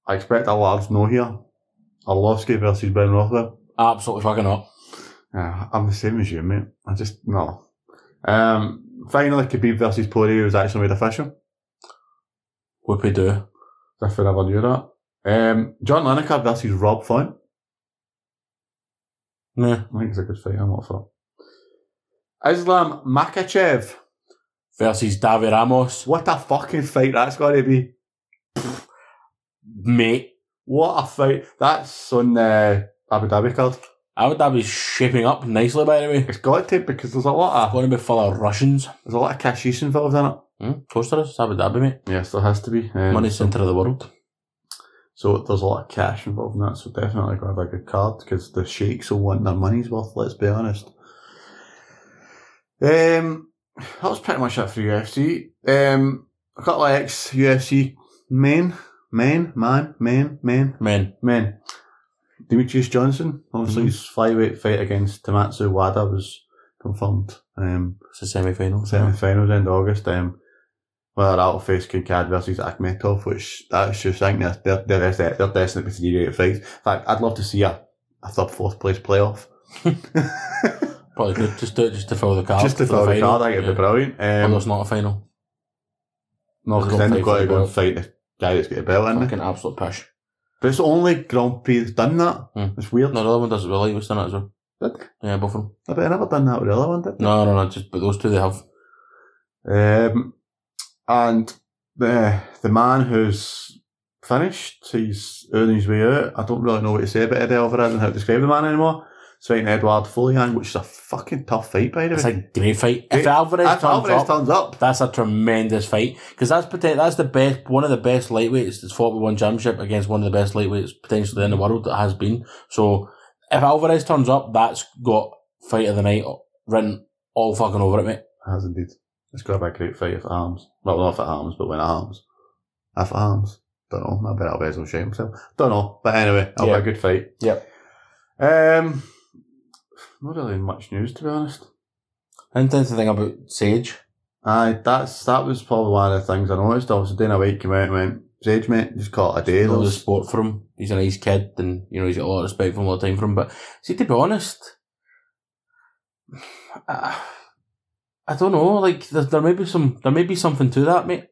Speaker 2: I expect a large no here. Arlovsky versus Ben Rothwell.
Speaker 1: Absolutely fucking not.
Speaker 2: Yeah, Uh, I'm the same as you, mate. I just, no. Um, finally, Khabib versus Poirier was actually made official.
Speaker 1: Whoopie do.
Speaker 2: If I never knew that. Um, John Lineker versus Rob Font.
Speaker 1: Nah.
Speaker 2: I think it's a good fight, I'm not for it. Islam Makachev.
Speaker 1: Versus Davi Ramos.
Speaker 2: What a fucking fight that's got to be.
Speaker 1: Mate.
Speaker 2: What a fight. That's on the Abu Dhabi card.
Speaker 1: Abu Dhabi's shaping up nicely, by the way.
Speaker 2: It's got to because there's a lot of
Speaker 1: Going to be full of Russians.
Speaker 2: there's a lot of cashies involved in it.
Speaker 1: Hmm? Of course there is. It's Abu Dhabi, mate.
Speaker 2: Yes, there has to be. Um,
Speaker 1: Money centre of the world.
Speaker 2: So there's a lot of cash involved in that. So definitely grab a good card because the sheikhs will want their money's worth. Let's be honest. Um, that was pretty much it for UFC. Um, a couple of ex UFC main, main, man, main, main,
Speaker 1: Men.
Speaker 2: Men. Demetrius Johnson, obviously
Speaker 1: Mhm.
Speaker 2: his flyweight fight against Tamatsu Wada was confirmed. Um,
Speaker 1: It's the semi-final.
Speaker 2: semi finals end of August. Um, well, that'll face Kinkad versus Akhmetov, which that's just, I think that's- they're, they're, desti- they're, destined to be three great fights. In fact, I'd love to see a, a third, fourth place playoff.
Speaker 1: Probably could just do it just to fill the card.
Speaker 2: just to
Speaker 1: for
Speaker 2: fill the
Speaker 1: final.
Speaker 2: card, I think it'd
Speaker 1: Yeah.
Speaker 2: be brilliant.
Speaker 1: Although
Speaker 2: Um,
Speaker 1: it's not a final.
Speaker 2: no,
Speaker 1: Don't
Speaker 2: because then
Speaker 1: fight
Speaker 2: they've got
Speaker 1: for
Speaker 2: to
Speaker 1: the
Speaker 2: go and
Speaker 1: belt.
Speaker 2: fight the guy that's got the belt in it.
Speaker 1: Fucking absolute push.
Speaker 2: But it's the only Grand Prix that's done that.
Speaker 1: Mm.
Speaker 2: It's weird.
Speaker 1: No, the other one does it well. He was done it as well.
Speaker 2: Did
Speaker 1: Yeah, both of them.
Speaker 2: I bet I never done that with the other one, did
Speaker 1: No, no, no. Just but those two they have.
Speaker 2: Um, and the the man who's finished, he's earning his way out. I don't really know what to say about Eddie Alvarez and how to describe the man anymore. It's fighting Edward Foleyang, which is a fucking tough fight, by the
Speaker 1: It's
Speaker 2: way.
Speaker 1: a great fight. If
Speaker 2: If
Speaker 1: Alvarez
Speaker 2: If
Speaker 1: turns
Speaker 2: Alvarez
Speaker 1: up,
Speaker 2: turns up,
Speaker 1: that's a tremendous fight because that's poten- That's the best. One of the best lightweights that's fought with one championship against one of the best lightweights potentially in the world that has been. So if Alvarez turns up, that's got fight of the night written all fucking over it, mate.
Speaker 2: has indeed. It's got to be a great fight if it arms. Well, not if it arms, but when it arms. If it arms. Don't know. I bet Alvarez will shame himself. Don't know. But anyway, it'll
Speaker 1: Yeah.
Speaker 2: be a good fight.
Speaker 1: Yep.
Speaker 2: Um, not really much news, to be honest.
Speaker 1: Interesting thing about Sage.
Speaker 2: Aye, that's that was probably one of the things I noticed. Obviously, Dana White came out and went, age, mate. Just call it a day.
Speaker 1: All the
Speaker 2: There's,
Speaker 1: sport for him. He's a nice kid, and you know he's got a lot of respect for him, a lot of time for him. But see, to be honest, I, I don't know. Like there, there may be some, there may be something to that, mate.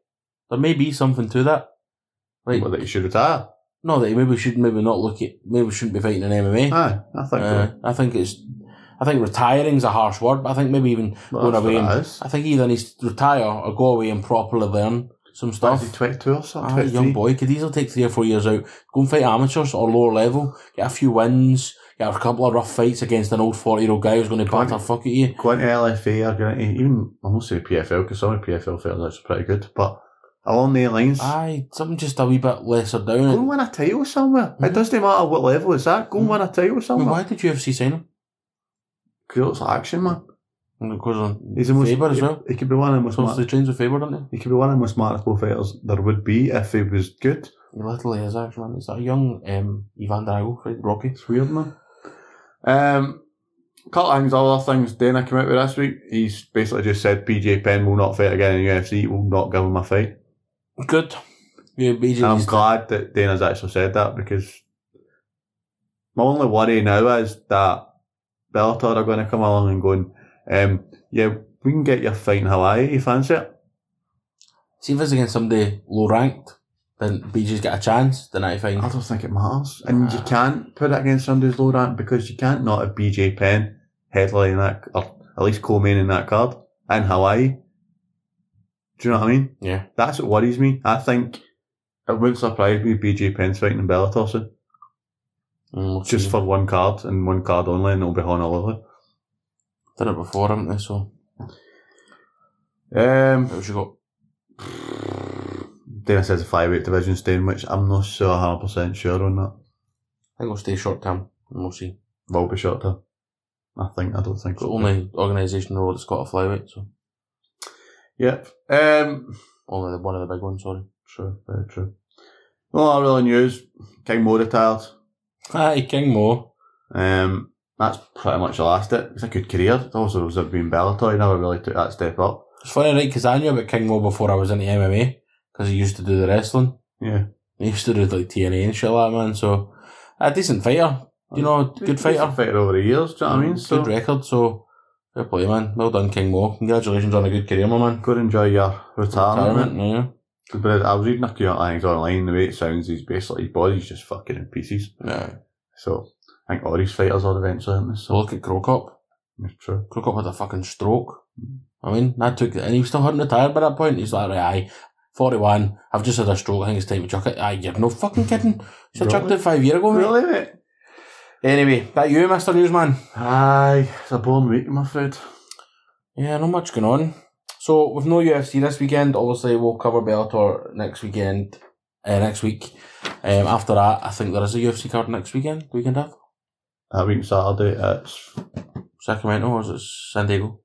Speaker 1: There may be something to that. Like
Speaker 2: well, that you should retire.
Speaker 1: no, that he maybe should maybe not look at maybe we shouldn't be fighting in MMA.
Speaker 2: Aye, I think.
Speaker 1: Uh, I think it's, I think retiring's a harsh word, but I think maybe even
Speaker 2: well,
Speaker 1: going
Speaker 2: that's
Speaker 1: away
Speaker 2: what
Speaker 1: and
Speaker 2: it is.
Speaker 1: I think he either needs to retire or go away and properly learn some
Speaker 2: What
Speaker 1: stuff.
Speaker 2: is he, 22 or something?
Speaker 1: Ah, young
Speaker 2: 23?
Speaker 1: boy could easily take three or four years out, go and fight amateurs or lower level, get a few wins, get a couple of rough fights against an old 40 year old guy who's going to
Speaker 2: Right.
Speaker 1: batter fuck at you.
Speaker 2: going to LFA or going to even I won't say PFL because some of the PFL fighters are actually pretty good, but along the lines,
Speaker 1: Aye, something just a wee bit lesser
Speaker 2: go and
Speaker 1: down.
Speaker 2: win a title somewhere. It
Speaker 1: Mhm.
Speaker 2: doesn't matter what level it's at. Go and win a title
Speaker 1: I mean,
Speaker 2: somewhere.
Speaker 1: why did UFC sign him?
Speaker 2: Because it's action, man.
Speaker 1: And Of course, on
Speaker 2: He's the most.
Speaker 1: Faber Mm-hmm. as well.
Speaker 2: He, could be one of the most.
Speaker 1: So
Speaker 2: Smart,
Speaker 1: he trains with Faber, doesn't
Speaker 2: he could be one of the most smartest pro fighters there would be if he was good.
Speaker 1: he? He literally is, actually. He's that young um, Ivan Drago, right? Rocky.
Speaker 2: It's weird, man. Um. Couple things, other things Dana came out with this week. He's basically just said BJ Penn will not fight again in UFC. Will not give him a fight.
Speaker 1: Good. Yeah, BJ.
Speaker 2: And I'm glad that Dana's actually said that because my only worry now is that Bellator are going to come along and going, um, yeah, we can get your fight in Hawaii, you fancy it?
Speaker 1: See if it's against somebody low ranked, then BJ's got a chance, then I
Speaker 2: I
Speaker 1: find.
Speaker 2: don't think it matters. And
Speaker 1: Ah.
Speaker 2: you can't put it against somebody who's low rank because you can't not have BJ Penn headlining that, or at least co-main in that card in Hawaii. Do you know what I mean?
Speaker 1: Yeah.
Speaker 2: That's what worries me. I think it wouldn't surprise me if BJ Penn's fighting in Bellator soon.
Speaker 1: Mm, we'll
Speaker 2: just
Speaker 1: see.
Speaker 2: for one card and one card only, and it'll be Honolulu.
Speaker 1: Done it before, haven't they? So,
Speaker 2: Um,
Speaker 1: what have you got?
Speaker 2: Dana says a flyweight division staying, which I'm not sure 100% sure on that.
Speaker 1: I think we'll stay short term and we'll see.
Speaker 2: Will be short term. I think, I don't think.
Speaker 1: It's the
Speaker 2: it'll be.
Speaker 1: only organisation in the world that's got a flyweight, so
Speaker 2: Yep. Um,
Speaker 1: only the, one of the big ones, sorry.
Speaker 2: true, very true. Well, our really news. King Mo retired.
Speaker 1: Hi, King Mo.
Speaker 2: Um, that's pretty much the last it. It's a good career. It also was a being Bellator. He never really took that step up.
Speaker 1: It's funny, right? Because I knew about King Mo before I was into MMA because he used to do the wrestling.
Speaker 2: Yeah.
Speaker 1: He used to do like TNA and shit like that, man. So, a decent fighter, you know, good
Speaker 2: Decent
Speaker 1: fighter. Mm,
Speaker 2: Fighter over the years, do you know what I mean?
Speaker 1: Good
Speaker 2: So,
Speaker 1: record, so fair play, man. Well done, King Mo. Congratulations on a good career, my man.
Speaker 2: go and enjoy your retirement. mate.
Speaker 1: Retirement, yeah.
Speaker 2: But I was reading a few things online. The way it sounds, he's basically his body's just fucking in pieces.
Speaker 1: yeah.
Speaker 2: So I think all these fighters are eventually in this.
Speaker 1: So
Speaker 2: So
Speaker 1: look at Krokop.
Speaker 2: it's true.
Speaker 1: Crook up had a fucking stroke. I mean, that took, and he still hadn't retired by that point. He's like, right, aye, 41, I've just had a stroke, I think it's time to chuck it. Aye, you're no fucking kidding. So I chucked
Speaker 2: Really?
Speaker 1: it five years ago, mate.
Speaker 2: Really, mate?
Speaker 1: Anyway, that you, Mr. Newsman?
Speaker 2: Aye, it's a boring week, I'm afraid.
Speaker 1: Yeah, not much going on. So, with no UFC this weekend, obviously we'll cover Bellator next weekend, uh, next week. Um, after that, I think there is a UFC card next weekend, the weekend after.
Speaker 2: That week Saturday, it's
Speaker 1: Sacramento, or is it San Diego?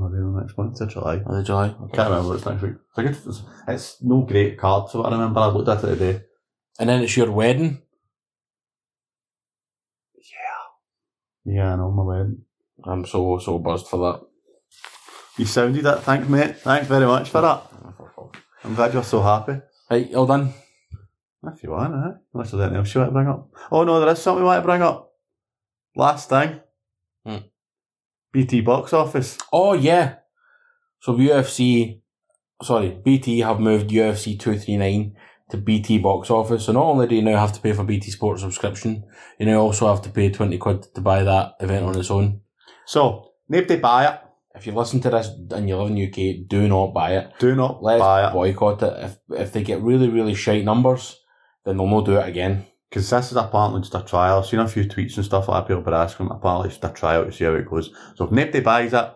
Speaker 2: maybe the next month, it's July.
Speaker 1: Or the July?
Speaker 2: Can't remember what it's next week. It's, a good, it's, it's no great card, so what I remember. I looked at it today.
Speaker 1: And then it's your wedding.
Speaker 2: Yeah, I know my wedding.
Speaker 1: I'm so, so buzzed for that.
Speaker 2: You sounded it. Thanks, mate. Thanks very much for that. I'm glad you're so happy.
Speaker 1: Right, all done.
Speaker 2: If you want, eh? Unless there's anything else you want to bring up. Oh no, there is something we want to bring up. Last thing.
Speaker 1: Hmm.
Speaker 2: BT box office.
Speaker 1: Oh yeah. So UFC, sorry, BT have moved UFC two three nine to BT box office. So not only do you now have to pay for BT Sports subscription, you now also have to pay twenty quid to buy that event on its own.
Speaker 2: So, nobody buy it.
Speaker 1: If you listen to this and you live in UK, do not buy it.
Speaker 2: Do not
Speaker 1: Let's
Speaker 2: buy it.
Speaker 1: boycott it. If if they get really really shite numbers, then they'll not do it again.
Speaker 2: Because this is apparently just a trial. I've seen a few tweets and stuff like that people are asking. Apparently, it's just a trial to see how it goes. So, if nobody buys it,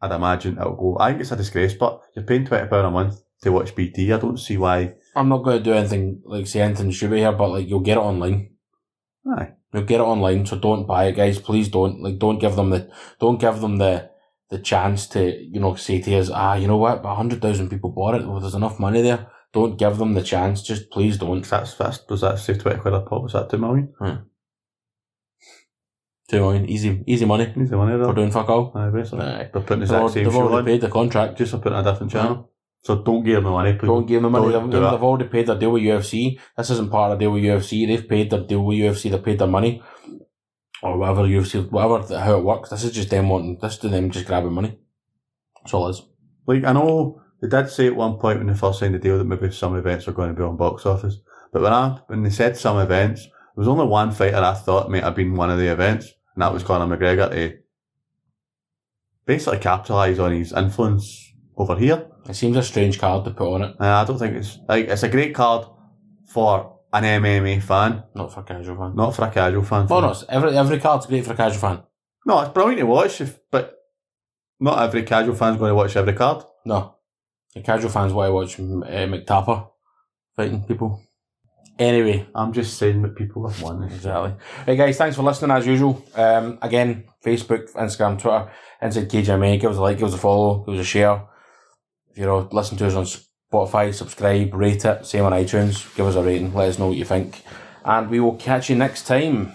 Speaker 2: I'd imagine it'll go. I think it's a disgrace, but you're paying £20 a month to watch BT. I don't see why.
Speaker 1: I'm not going to do anything like say anything stupid here, but like you'll get it online.
Speaker 2: Aye.
Speaker 1: You'll get it online, so don't buy it, guys. Please don't like don't give them the don't give them the the chance to you know say to us, ah, you know what, but hundred thousand people bought it. Well, there's enough money there. Don't give them the chance. Just please don't.
Speaker 2: 'Cause That's, that's, does that say 20 quid a pop? Is that 2 million?
Speaker 1: Two million, easy, easy money
Speaker 2: Needs the money
Speaker 1: for
Speaker 2: there.
Speaker 1: doing fuck all.
Speaker 2: Aye, basically.
Speaker 1: Aye.
Speaker 2: They're putting the
Speaker 1: They've
Speaker 2: exact
Speaker 1: already,
Speaker 2: same
Speaker 1: they've
Speaker 2: show
Speaker 1: already
Speaker 2: on.
Speaker 1: paid the contract.
Speaker 2: Just they're putting a different channel. So don't give him the money. Please.
Speaker 1: Don't give them money.
Speaker 2: Don't
Speaker 1: They've,
Speaker 2: do it.
Speaker 1: they've already paid their deal with UFC. This isn't part of the deal with UFC. They've paid their deal with UFC. They've paid their money. Or whatever UFC, whatever, the- how it works. This is just them wanting, this to them just grabbing money. That's all it is.
Speaker 2: Like I know they did say at one point when they first signed the deal that maybe some events are going to be on box office, but when I when they said some events, there was only one fighter I thought might have been one of the events, and that was Conor McGregor to basically capitalise on his influence over here.
Speaker 1: It seems a strange card to put on it.
Speaker 2: And I don't think it's like it's a great card for an MMA fan,
Speaker 1: Not for a casual fan.
Speaker 2: not for a casual fan.
Speaker 1: Oh no, it's- every, every card's great for a casual fan.
Speaker 2: No, it's brilliant to watch, if, but not every casual fan's going to watch every card.
Speaker 1: No. The casual fans want to watch M- uh, McTapper fighting people. Anyway,
Speaker 2: I'm just saying that people have won.
Speaker 1: Exactly. Right, guys, thanks for listening as usual. Um, again, Facebook, Instagram, Twitter, Inside Cage MMA. Give us a like, give us a follow, give us a share. If you know, listen to us on Spotify, subscribe, rate it. Same on iTunes. Give us a rating. Let us know what you think. And we will catch you next time.